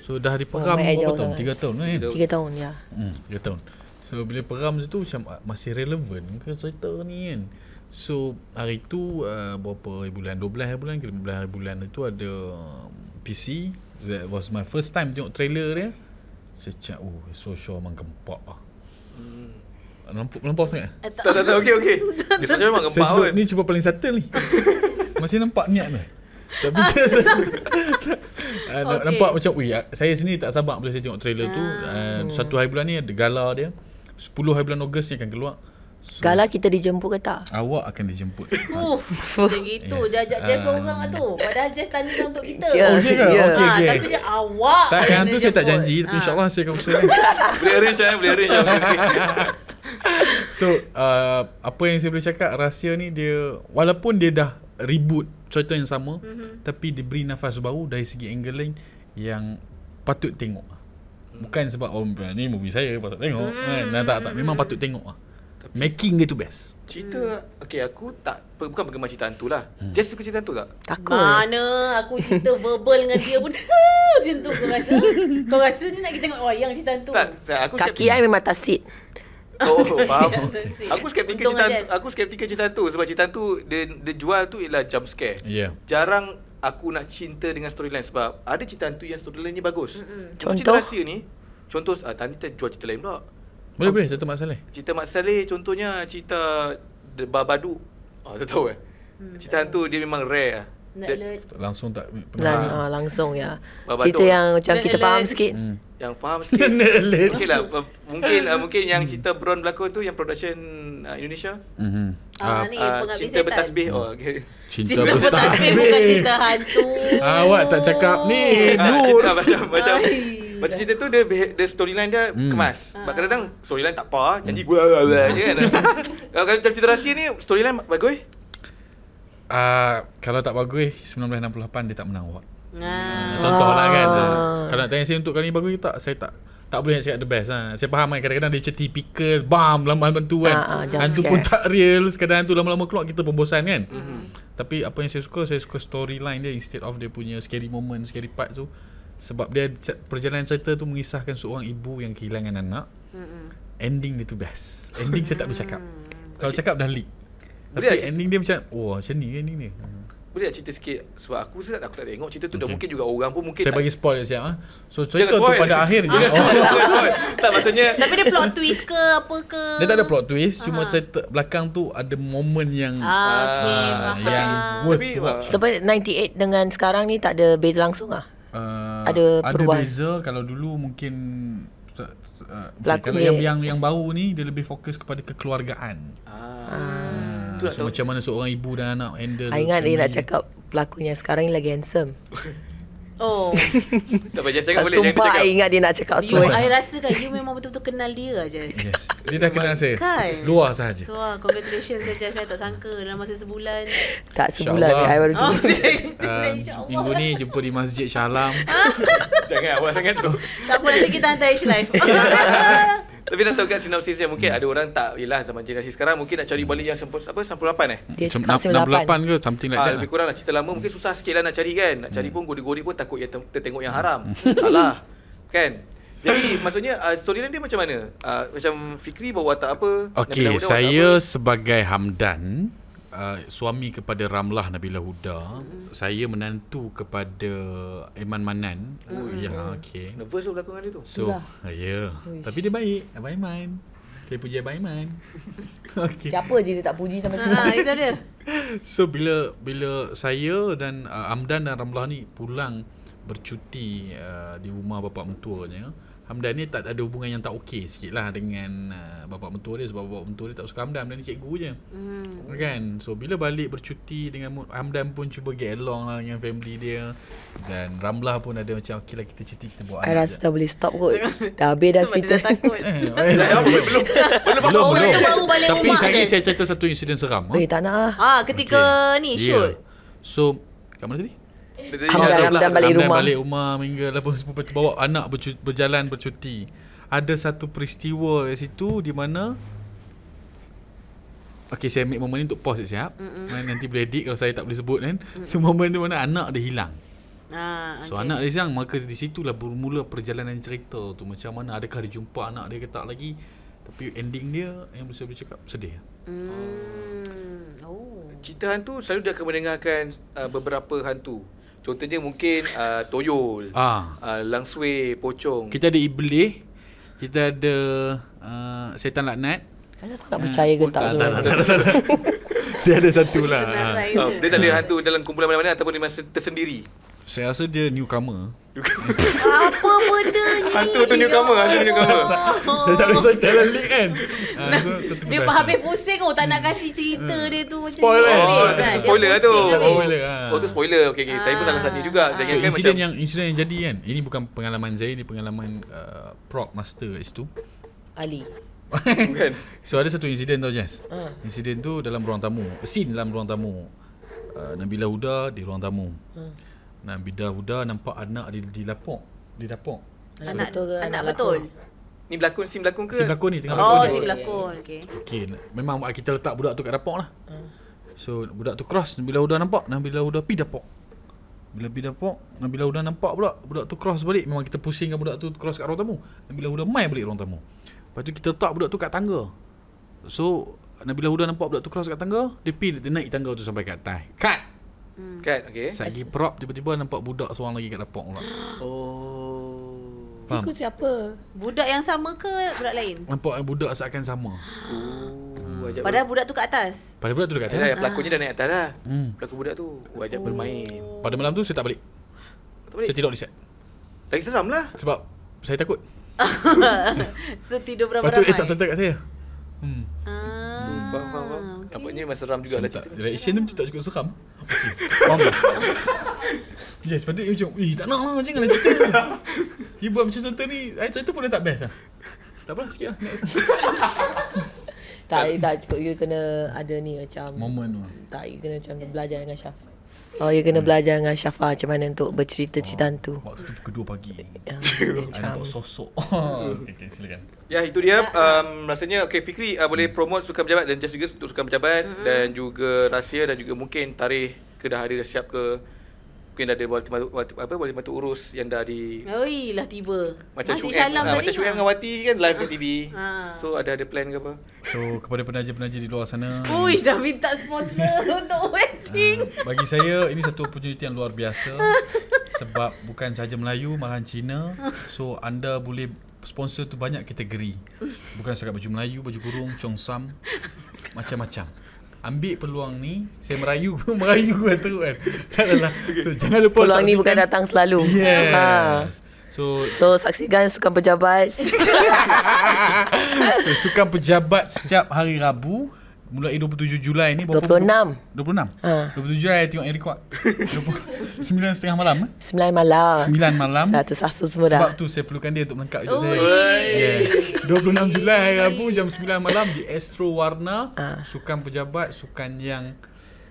Speaker 4: So dah
Speaker 3: Oh,
Speaker 4: diperam
Speaker 3: baik
Speaker 4: berapa
Speaker 3: jauh
Speaker 4: tahun?
Speaker 3: sangat.
Speaker 4: Tiga tahun kan?
Speaker 2: Tiga-
Speaker 3: 3 tahun ya
Speaker 4: Hmm, tiga tahun So bila peram tu macam ah, Masih relevan ke cerita ni kan So hari tu uh, Berapa hari bulan 12 hari bulan ke 15 hari bulan tu ada um, PC That was my first time tengok trailer dia Saya cakap oh so sure memang gempak lah hmm. Nampak, nampak sangat
Speaker 1: Eh,
Speaker 2: Tak tak tak okey okey. Dia sebenarnya memang
Speaker 4: saya
Speaker 2: gempak
Speaker 4: cuba,
Speaker 2: kan.
Speaker 4: ni cuba paling subtle ni Masih nampak niat ni Tapi dia saya, Ah, nak-
Speaker 1: Okay.
Speaker 4: Nampak macam Ui, ah, saya sendiri tak sabar Bila saya tengok trailer tu Ah, Satu hari bulan ni Ada gala dia 10 hari bulan Ogos ni akan keluar so,
Speaker 3: Gala kita dijemput ke tak?
Speaker 4: Awak akan dijemput
Speaker 1: Uff, macam gitu.
Speaker 4: Yes.
Speaker 1: Dia ajak Jess seorang lah tu. Padahal Jess tanya untuk kita.
Speaker 3: Ya.
Speaker 4: Oh, dia ke?
Speaker 3: Ya.
Speaker 4: Okey,
Speaker 1: Ah,
Speaker 4: okey.
Speaker 1: Tapi dia awak.
Speaker 4: Tak, yang
Speaker 1: kena
Speaker 4: tu saya tak
Speaker 1: jemput.
Speaker 4: janji Tapi
Speaker 1: Ah.
Speaker 4: insyaAllah saya akan usaha
Speaker 2: Boleh arrange eh, boleh arrange. boleh arrange.
Speaker 4: So uh, Apa yang saya boleh cakap Rahsia ni dia Walaupun dia dah Reboot Cerita yang sama
Speaker 1: Mhm.
Speaker 4: mm-hmm. Tapi dia beri nafas baru Dari segi angle lain Yang Patut tengok Bukan sebab oh, Ni movie saya Patut tengok mm-hmm.
Speaker 1: Mhm.
Speaker 4: kan? Nah, tak, tak Memang patut tengok lah Making dia tu best
Speaker 2: Cerita okey aku tak pe- bukan penggemar cerita hantu lah. Just suka cerita hantu tak?
Speaker 3: Takut
Speaker 1: Mana aku cerita verbal dengan dia pun "Huh," macam tu kau rasa. Kau rasa dia nak kita tengok wayang cerita tu.
Speaker 2: Tak, tak aku
Speaker 3: Kaki
Speaker 2: skeptik-
Speaker 3: I memang tak sit
Speaker 2: Oh faham.
Speaker 1: Okey.
Speaker 2: Aku skeptikal
Speaker 1: Untung
Speaker 2: cerita
Speaker 1: aja.
Speaker 2: hantu, aku skeptikal cerita hantu sebab cerita hantu dia dia jual tu ialah jump scare.
Speaker 4: Ya yeah.
Speaker 2: Jarang aku nak cinta dengan storyline sebab ada cerita hantu yang storyline ni bagus. Mm-hmm. Cerita
Speaker 3: Contoh?
Speaker 2: rahsia ni, contoh ah, tadi kita jual cerita lain pula.
Speaker 4: Boleh boleh Satu masalah
Speaker 2: Cerita Mat Saleh contohnya cerita The Babadu. Ah, tak tahu eh. Cerita hantu dia memang rare lah.
Speaker 1: Hmm. Nak
Speaker 2: Dia-
Speaker 1: alert.
Speaker 4: Langsung tak
Speaker 1: Lah,
Speaker 3: Lan, uh, langsung ya.
Speaker 2: Babat
Speaker 3: Cerita
Speaker 2: tu.
Speaker 3: yang macam
Speaker 1: Red
Speaker 3: kita faham
Speaker 1: alert.
Speaker 3: sikit.
Speaker 2: Yang faham sikit.
Speaker 4: alert.
Speaker 2: Okey lah. uh, Mungkin uh, mungkin yang cerita Brown berlakon tu yang production uh, Indonesia.
Speaker 4: Mhm.
Speaker 1: Ah,
Speaker 4: Ah,
Speaker 1: ni
Speaker 2: Uh,
Speaker 1: pengabdi
Speaker 2: cinta
Speaker 1: setan.
Speaker 2: bertasbih. Oh, okay.
Speaker 4: Cinta
Speaker 1: Cinta bertasbih bukan cinta hantu.
Speaker 4: Awak tak cakap ni
Speaker 2: Ah,
Speaker 4: Nur.
Speaker 2: Cinta, macam macam
Speaker 1: Eh, Ai. Ah.
Speaker 2: macam cerita tu dia beha- dia storyline dia hmm. kemas. Sebab kadang-kadang storyline tak
Speaker 4: Hmm.
Speaker 2: apa, jadi gua je kan. Kalau kalau macam cerita rahsia ni storyline bagus.
Speaker 4: Ah, kalau tak bagus 1968 dia tak menang award.
Speaker 1: Ah.
Speaker 4: Contoh lah kan. Kalau nak tanya saya untuk kali ni bagus ke tak, saya tak tak boleh nak cakap the best lah. Saya faham kan kadang-kadang dia macam typical bam lama-lama tu kan.
Speaker 3: Ah, ah, jump
Speaker 4: hantu
Speaker 3: scare.
Speaker 4: pun tak real, sekadar hantu lama-lama keluar kita pun bosan kan.
Speaker 2: Mhm.
Speaker 4: Tapi apa yang saya suka, saya suka storyline dia instead of dia punya scary moment, scary part tu. Sebab dia c- perjalanan cerita tu mengisahkan seorang ibu yang kehilangan anak.
Speaker 2: Mhm.
Speaker 4: Ending dia tu best. Ending saya tak boleh cakap.
Speaker 2: Mm.
Speaker 4: Kalau cakap dah leak.
Speaker 2: Boleh
Speaker 4: Tapi
Speaker 2: tak-
Speaker 4: ending dia macam, wah macam ni ending dia. Hmm.
Speaker 2: Boleh tak cerita sikit sebab aku sesat aku tak tengok cerita tu okay. dan
Speaker 4: Okey.
Speaker 2: mungkin juga orang pun mungkin
Speaker 4: Saya
Speaker 2: tak,
Speaker 4: bagi spoil siap ah. So
Speaker 2: Jangan
Speaker 4: cerita tu
Speaker 2: spoil.
Speaker 4: pada akhir je.
Speaker 2: Jangan
Speaker 4: Oh.
Speaker 2: spoil, jangan spoil. tak maksudnya
Speaker 1: Tapi dia plot twist ke apa ke?
Speaker 4: Dia tak ada plot twist, cuma
Speaker 3: Ah.
Speaker 4: cerita belakang tu ada momen yang
Speaker 1: Ah, okay,
Speaker 4: ah,
Speaker 1: faham.
Speaker 4: yang worth
Speaker 2: Tapi,
Speaker 4: to watch.
Speaker 3: So, apa, 98 dengan sekarang ni tak ada beza langsung ah.
Speaker 4: Ah,
Speaker 3: ada perubahan.
Speaker 4: Ada beza kalau dulu mungkin ah, okay,
Speaker 3: Pelakon
Speaker 4: kalau
Speaker 3: dia-
Speaker 4: yang yang yang baru ni dia lebih fokus kepada kekeluargaan.
Speaker 2: ah, tu nak
Speaker 4: Ah, so,
Speaker 2: tahu
Speaker 4: macam mana seorang ibu dan anak
Speaker 3: I
Speaker 4: handle
Speaker 3: Ah, ingat dia
Speaker 4: family
Speaker 3: nak cakap pelakon yang sekarang ni lagi handsome.
Speaker 1: Oh,
Speaker 2: tak payah cakap
Speaker 3: Tak
Speaker 2: boleh jangan
Speaker 3: sumpah
Speaker 2: cakap
Speaker 3: I ingat dia nak cakap
Speaker 1: you,
Speaker 3: tu. eh.
Speaker 1: I rasa kan you memang betul-betul kenal dia aja.
Speaker 4: Yes. Dia dah kenal saya.
Speaker 1: Kan?
Speaker 4: Luar sahaja.
Speaker 1: So, ah, congratulations saja saya tak sangka dalam masa sebulan.
Speaker 3: Tak sebulan ni I
Speaker 4: InsyaAllah.
Speaker 3: baru
Speaker 1: Oh,
Speaker 3: jumpa.
Speaker 4: Uh,
Speaker 1: insyaAllah.
Speaker 4: minggu ni jumpa di Masjid Shalam.
Speaker 2: jangan awal sangat tu
Speaker 1: Tak apa nanti kita hantar H live.
Speaker 2: tapi nak tahu kat sinopsis dia mungkin ada orang tak yelah zaman generasi sekarang mungkin nak cari balik yang sampul apa sampul 8 eh
Speaker 3: Dia
Speaker 4: Sem-
Speaker 3: cakap 98.
Speaker 4: 68 ke something like
Speaker 2: Ah,
Speaker 4: that.
Speaker 2: lebih
Speaker 4: lah.
Speaker 2: kurang lah cerita lama mungkin susah sikit lah nak cari kan nak cari pun gori-gori pun takut yang ter- tertengok yang haram
Speaker 4: Hmm.
Speaker 2: salah kan jadi maksudnya uh, storyline dia macam mana uh, macam Fikri bawa watak apa Nabila
Speaker 4: Okey,
Speaker 2: Huda watak
Speaker 4: saya
Speaker 2: apa?
Speaker 4: sebagai Hamdan, uh, suami kepada Ramlah Nabila Huda, saya menantu kepada Iman Manan. Oh, ya, okey.
Speaker 2: nervous tu belakang dia tu
Speaker 4: So, ya. Yeah. Tapi dia baik, Abang Iman. Saya puji Abang Iman. okey.
Speaker 3: Siapa je dia tak puji sampai
Speaker 1: Ah, itu dia.
Speaker 4: So bila bila saya dan uh, Hamdan dan Ramlah ni pulang bercuti uh, di rumah bapa mentuanya, Hamdan ni tak ada hubungan yang tak okey sikit lah dengan uh, bapa mentua dia sebab bapa mentua dia tak suka Hamdan, Hamdan ni cikgu je.
Speaker 1: Hmm.
Speaker 4: Kan So bila balik bercuti Dengan Mu- Hamdan pun Cuba get along lah Dengan family dia Dan Ramlah pun ada macam Okay lah kita cuti Kita buat
Speaker 3: I rasa dah boleh stop kot. Dah habis dah
Speaker 1: Sebab dia
Speaker 3: Ya, cerita.
Speaker 1: dah takut.
Speaker 2: Belum, belum belum
Speaker 4: Eh, Belum
Speaker 1: Orang
Speaker 4: belum
Speaker 1: tu baru balik
Speaker 4: Tapi
Speaker 1: rumah
Speaker 4: saya
Speaker 1: je.
Speaker 4: saya cerita Satu insiden seram Ya.
Speaker 3: Eh tak nak ah.
Speaker 1: Ah, ketika ni shoot.
Speaker 4: So Kat mana tadi?
Speaker 2: Dia lah. tadi
Speaker 3: Hamdan,
Speaker 2: ada
Speaker 3: Hamdan
Speaker 2: pula.
Speaker 3: balik rumah.
Speaker 4: balik rumah Minggu lepas sempat Bawa anak bercu- berjalan bercuti Ada satu peristiwa Di situ Di mana Okay saya ambil momen ni Untuk pause siap Nanti boleh edit Kalau saya tak boleh sebut kan So momen tu mana Anak dia hilang
Speaker 1: Ah,
Speaker 4: So
Speaker 1: okay.
Speaker 4: anak dia siang Maka di situlah bermula perjalanan cerita tu Macam mana adakah dia jumpa anak dia ke tak lagi Tapi ending dia Yang saya boleh cakap sedih
Speaker 1: Hmm. Oh.
Speaker 2: Cerita hantu selalu dia akan mendengarkan uh, beberapa hantu. Contohnya mungkin uh, toyol, ah.
Speaker 4: Ah,
Speaker 2: uh, langsui, pocong.
Speaker 4: Kita ada Iblis Kita ada uh, Setan Laknat
Speaker 3: I tak tahu nak percaya ke tak sebenarnya.
Speaker 4: Dia ada satu lah
Speaker 1: Senang
Speaker 4: Ah.
Speaker 1: raya.
Speaker 2: Uh, dia tak ada hantu dalam kumpulan mana-mana ataupun dia masa tersendiri.
Speaker 4: Saya rasa dia newcomer
Speaker 1: Apa benda ni? Oh.
Speaker 2: Hantu tu newcomer, hantu tu newcomer.
Speaker 4: Dia tak boleh cerita dalam league kan Ah, so, cerita
Speaker 1: Dia
Speaker 4: best
Speaker 1: habis pusing oh tak nak kasi cerita dia tu macam
Speaker 4: Spoil
Speaker 1: ni.
Speaker 4: kan?
Speaker 2: Oh,
Speaker 1: Habis kan?
Speaker 2: itu spoiler lah
Speaker 1: Dia
Speaker 2: tu.
Speaker 1: pusing habis.
Speaker 4: Spoiler, ah.
Speaker 2: Oh, tu spoiler. Okey, okey. Saya pun salah tadi juga. Saya
Speaker 4: So
Speaker 2: ingatkan
Speaker 4: insiden
Speaker 2: macam
Speaker 4: yang insiden yang jadi kan Ini bukan pengalaman saya Ini pengalaman uh, Prop master kat situ
Speaker 3: Ali.
Speaker 2: bukan.
Speaker 4: So ada satu insiden tau Jess
Speaker 1: Ah.
Speaker 4: uh. Insiden tu dalam ruang tamu Scene dalam ruang tamu uh, Nabila Huda di ruang tamu
Speaker 1: Ah.
Speaker 4: uh. Nabila Huda nampak anak di, di lapuk Di dapur
Speaker 1: Anak
Speaker 3: betul ke?
Speaker 1: anak
Speaker 3: Anak
Speaker 1: betul.
Speaker 2: Ni berlakon sim berlakon ke?
Speaker 4: Si pelakon ni tengah
Speaker 1: Oh,
Speaker 4: dia.
Speaker 1: si pelakon. Okey.
Speaker 4: Okay memang kita letak budak tu kat dapur lah uh. So budak tu cross Nabila Huda nampak Nabila Huda pi dapur bila pi dapur Nabila Huda nampak pula Budak tu cross balik Memang kita pusingkan budak tu Cross kat ruang tamu Nabila Huda mai balik ruang tamu Lepas tu kita letak budak tu kat tangga So Nabila Huda nampak budak tu cross kat tangga Dia pi dia naik tangga tu sampai kat atas Cut
Speaker 2: Kan, okey.
Speaker 4: Sagi prop tiba-tiba nampak budak seorang lagi kat dapur pula
Speaker 2: Oh.
Speaker 4: Faham?
Speaker 3: siapa?
Speaker 1: Budak yang sama ke budak lain?
Speaker 4: Nampak budak seakan sama
Speaker 2: Oh, ajak
Speaker 1: Padahal budak tu kat atas.
Speaker 4: Pada budak tu dekat
Speaker 2: Alah,
Speaker 4: atas. lah.
Speaker 2: pelakonnya dah naik atas dah.
Speaker 4: Hmm.
Speaker 2: Pelakon budak tu aku ajak bermain.
Speaker 4: Pada malam tu saya tak balik.
Speaker 2: Tak
Speaker 4: Saya
Speaker 2: boleh.
Speaker 4: tidur di set.
Speaker 2: Lagi seram lah.
Speaker 4: Sebab saya takut.
Speaker 1: So tidur
Speaker 4: Lepas tu
Speaker 1: beramai-ramai.
Speaker 4: dia tak santai kat saya. Hmm.
Speaker 1: Ah,
Speaker 2: Faham, faham, faham. Nampaknya memang seram juga lah
Speaker 4: tak,
Speaker 2: cerita.
Speaker 4: reaction tu macam tak cukup seram. Okay. Faham tak? Yes, patutnya macam, eh tak nak lah, janganlah cerita. Dia buat macam cerita ni, saya cerita pun dah tak best lah. Tak apalah, sikit lah. Next.
Speaker 3: Tak, tak cukup. You kena ada ni macam...
Speaker 4: Moment tu.
Speaker 3: Tak, you kena macam belajar dengan Syaf. Oh, you kena belajar dengan Syafa macam mana untuk bercerita
Speaker 4: Oh.
Speaker 3: cerita hantu.
Speaker 4: Waktu tu pukul 2 pagi.
Speaker 3: Ya, dia
Speaker 4: Saya
Speaker 3: macam...
Speaker 4: nampak sosok. okay, okay, silakan.
Speaker 2: Ya itu dia um, rasanya okay Fikri uh, boleh promote sukan pejabat dan just juga untuk sukan pejabat mm-hmm. dan juga rahsia dan juga mungkin tarikh ke dah ada dah siap ke mungkin dah ada wali matu, wali, apa wali matu urus yang dah di
Speaker 1: Oi lah tiba.
Speaker 2: macam
Speaker 1: Masih
Speaker 2: Syuib
Speaker 1: syalam
Speaker 2: ah,
Speaker 1: tadi lah.
Speaker 2: macam Syuib
Speaker 1: mah.
Speaker 2: dengan Wati kan live kat TV.
Speaker 1: Ah.
Speaker 2: So ada ada plan ke apa?
Speaker 4: So, kepada penaja-penaja di luar sana.
Speaker 1: Ui, dah minta sponsor untuk wedding.
Speaker 4: Ah, bagi saya ini satu opportunity yang luar biasa sebab bukan sahaja Melayu malahan Cina so anda boleh sponsor tu banyak kategori bukan setakat baju Melayu baju kurung congsam macam-macam ambil peluang ni saya merayu merayu kan teruk kan tak adalah so jangan lupa
Speaker 3: Peluang ni bukan
Speaker 4: saksikan-
Speaker 3: datang selalu.
Speaker 4: yes
Speaker 3: Ha.
Speaker 4: so
Speaker 3: So, saksikan Sukan Pejabat.
Speaker 4: So, sukan pejabat setiap hari Rabu mulai 27 Julai ni
Speaker 3: 26.
Speaker 4: 26.
Speaker 3: Ha.
Speaker 4: 27 Julai tengok yang rekod. 9.30 malam. eh?
Speaker 3: 9 malam.
Speaker 4: 9 malam.
Speaker 3: Dah tersasar Ah, semua dah.
Speaker 4: Sebab tu saya perlukan dia untuk melengkap hidup saya. Yeah. 26 Julai hari Rabu jam 9 malam di Astro Warna.
Speaker 3: Ah.
Speaker 4: Sukan pejabat, sukan yang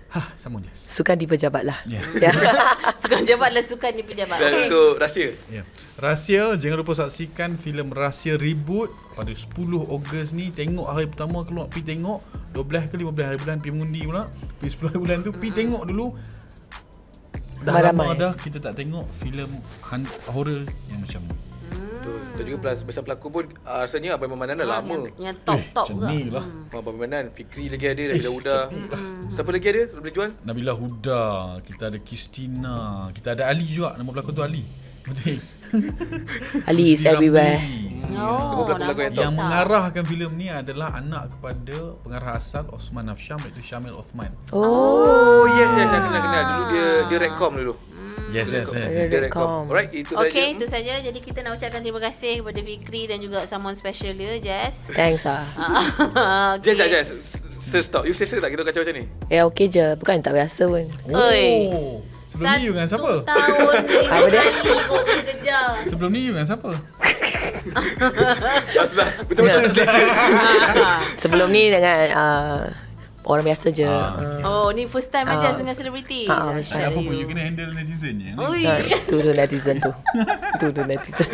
Speaker 4: Hah, sama je.
Speaker 3: Sukan di pejabat lah.
Speaker 4: Ya.
Speaker 3: Ya.
Speaker 2: Ah.
Speaker 1: Sukan jabat lah sukan ni pejabat.
Speaker 2: Dan untuk rahsia.
Speaker 4: Ya. Rahsia, jangan lupa saksikan filem Rahsia Reboot pada 10 Ogos ni. Tengok hari pertama keluar, pergi tengok. 12 ke 15 hari bulan, pergi mengundi pula. Pergi 10 hari bulan tu, pergi tengok dulu. Dah lama
Speaker 3: Ramai-ramai.
Speaker 4: dah kita tak tengok filem han- horror yang macam ni.
Speaker 2: Betul. Dan juga pelas- besar pelakon pun uh, rasanya Abang Mamanan dah lama.
Speaker 1: Yang, yang top top
Speaker 4: Macam
Speaker 1: juga. Hmm.
Speaker 4: ni lah.
Speaker 2: Abang Mamanan, Fikri lagi ada, Rahila Uda. Siapa lagi ada? Boleh jual?
Speaker 4: Nabila Lah Huda, kita ada Kristina, kita ada Ali juga. Nama pelakon tu Ali. Betul.
Speaker 3: Ali is
Speaker 4: Rizli
Speaker 3: everywhere.
Speaker 4: Ramli.
Speaker 2: Siapa
Speaker 1: Oh,
Speaker 2: pelakon-pelakon
Speaker 1: nama-
Speaker 2: yang top?
Speaker 4: Yang
Speaker 1: Osman.
Speaker 4: mengarahkan filem ni adalah anak kepada pengarah asal Osman Afsham iaitu Syamil Osman.
Speaker 2: Oh, yes, yes, saya kenal, kenal. Dulu dia dia rekom dulu.
Speaker 4: Yes, yes, yes. yes.
Speaker 2: Dia
Speaker 3: Rekom.
Speaker 2: rekom. Alright, itu saja.
Speaker 1: Okey, itu saja. Jadi kita nak ucapkan terima kasih kepada Fikri dan juga someone special dia, Jess.
Speaker 3: Thanks ah.
Speaker 1: Ah,
Speaker 2: Jess,
Speaker 1: okay.
Speaker 2: jess, jess. Sir, stop. You say sir tak? Kita kacau macam ni.
Speaker 3: Ya okey je. Bukan tak biasa pun.
Speaker 1: Oi.
Speaker 4: Oh. Sebelum ni you dengan siapa?
Speaker 1: Satu tahun ni
Speaker 3: Apa dia?
Speaker 1: kau kerja.
Speaker 4: Sebelum ni you dengan siapa?
Speaker 2: Ah, sudah. Betul-betul tak selesa.
Speaker 3: Sebelum ni dengan uh, orang biasa je. Uh,
Speaker 1: Oh, ni first time aja dengan selebriti.
Speaker 3: Ah, first time.
Speaker 1: Ada
Speaker 5: Apa pun you kena handle netizen je.
Speaker 4: kan?
Speaker 1: Ui.
Speaker 3: Ha, itu tu netizen tu. Itu tu netizen.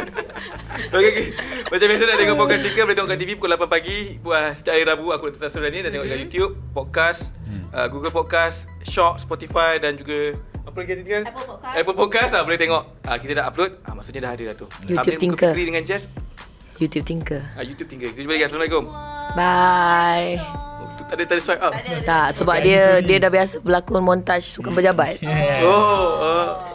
Speaker 2: Okey, okey. Macam biasa nak tengok podcast stiker boleh tengok kat TV pukul 8 pagi. Buat setiap hari Rabu aku letak sasar ni dan tengok kat YouTube, podcast,
Speaker 4: Hmm.
Speaker 2: uh, Google Podcast, Shock, Spotify dan juga apa lagi tadi kan?
Speaker 1: Apple Podcast.
Speaker 2: Apple Podcast lah boleh tengok. Ah kita dah upload. Ah maksudnya dah ada dah tu.
Speaker 3: YouTube
Speaker 2: Thumbnail muka
Speaker 3: Tinker.
Speaker 2: Fikri dengan Jess.
Speaker 3: YouTube thinker.
Speaker 2: Ah YouTube tinggal. Kita jumpa lagi. Assalamuaikum.
Speaker 3: Bye.
Speaker 2: Oh, tu tak ada tak ada swipe up.
Speaker 1: ada-
Speaker 3: Tak sebab dia dia dah biasa berlakon montaj sukan pejabat.
Speaker 2: Oh, oh.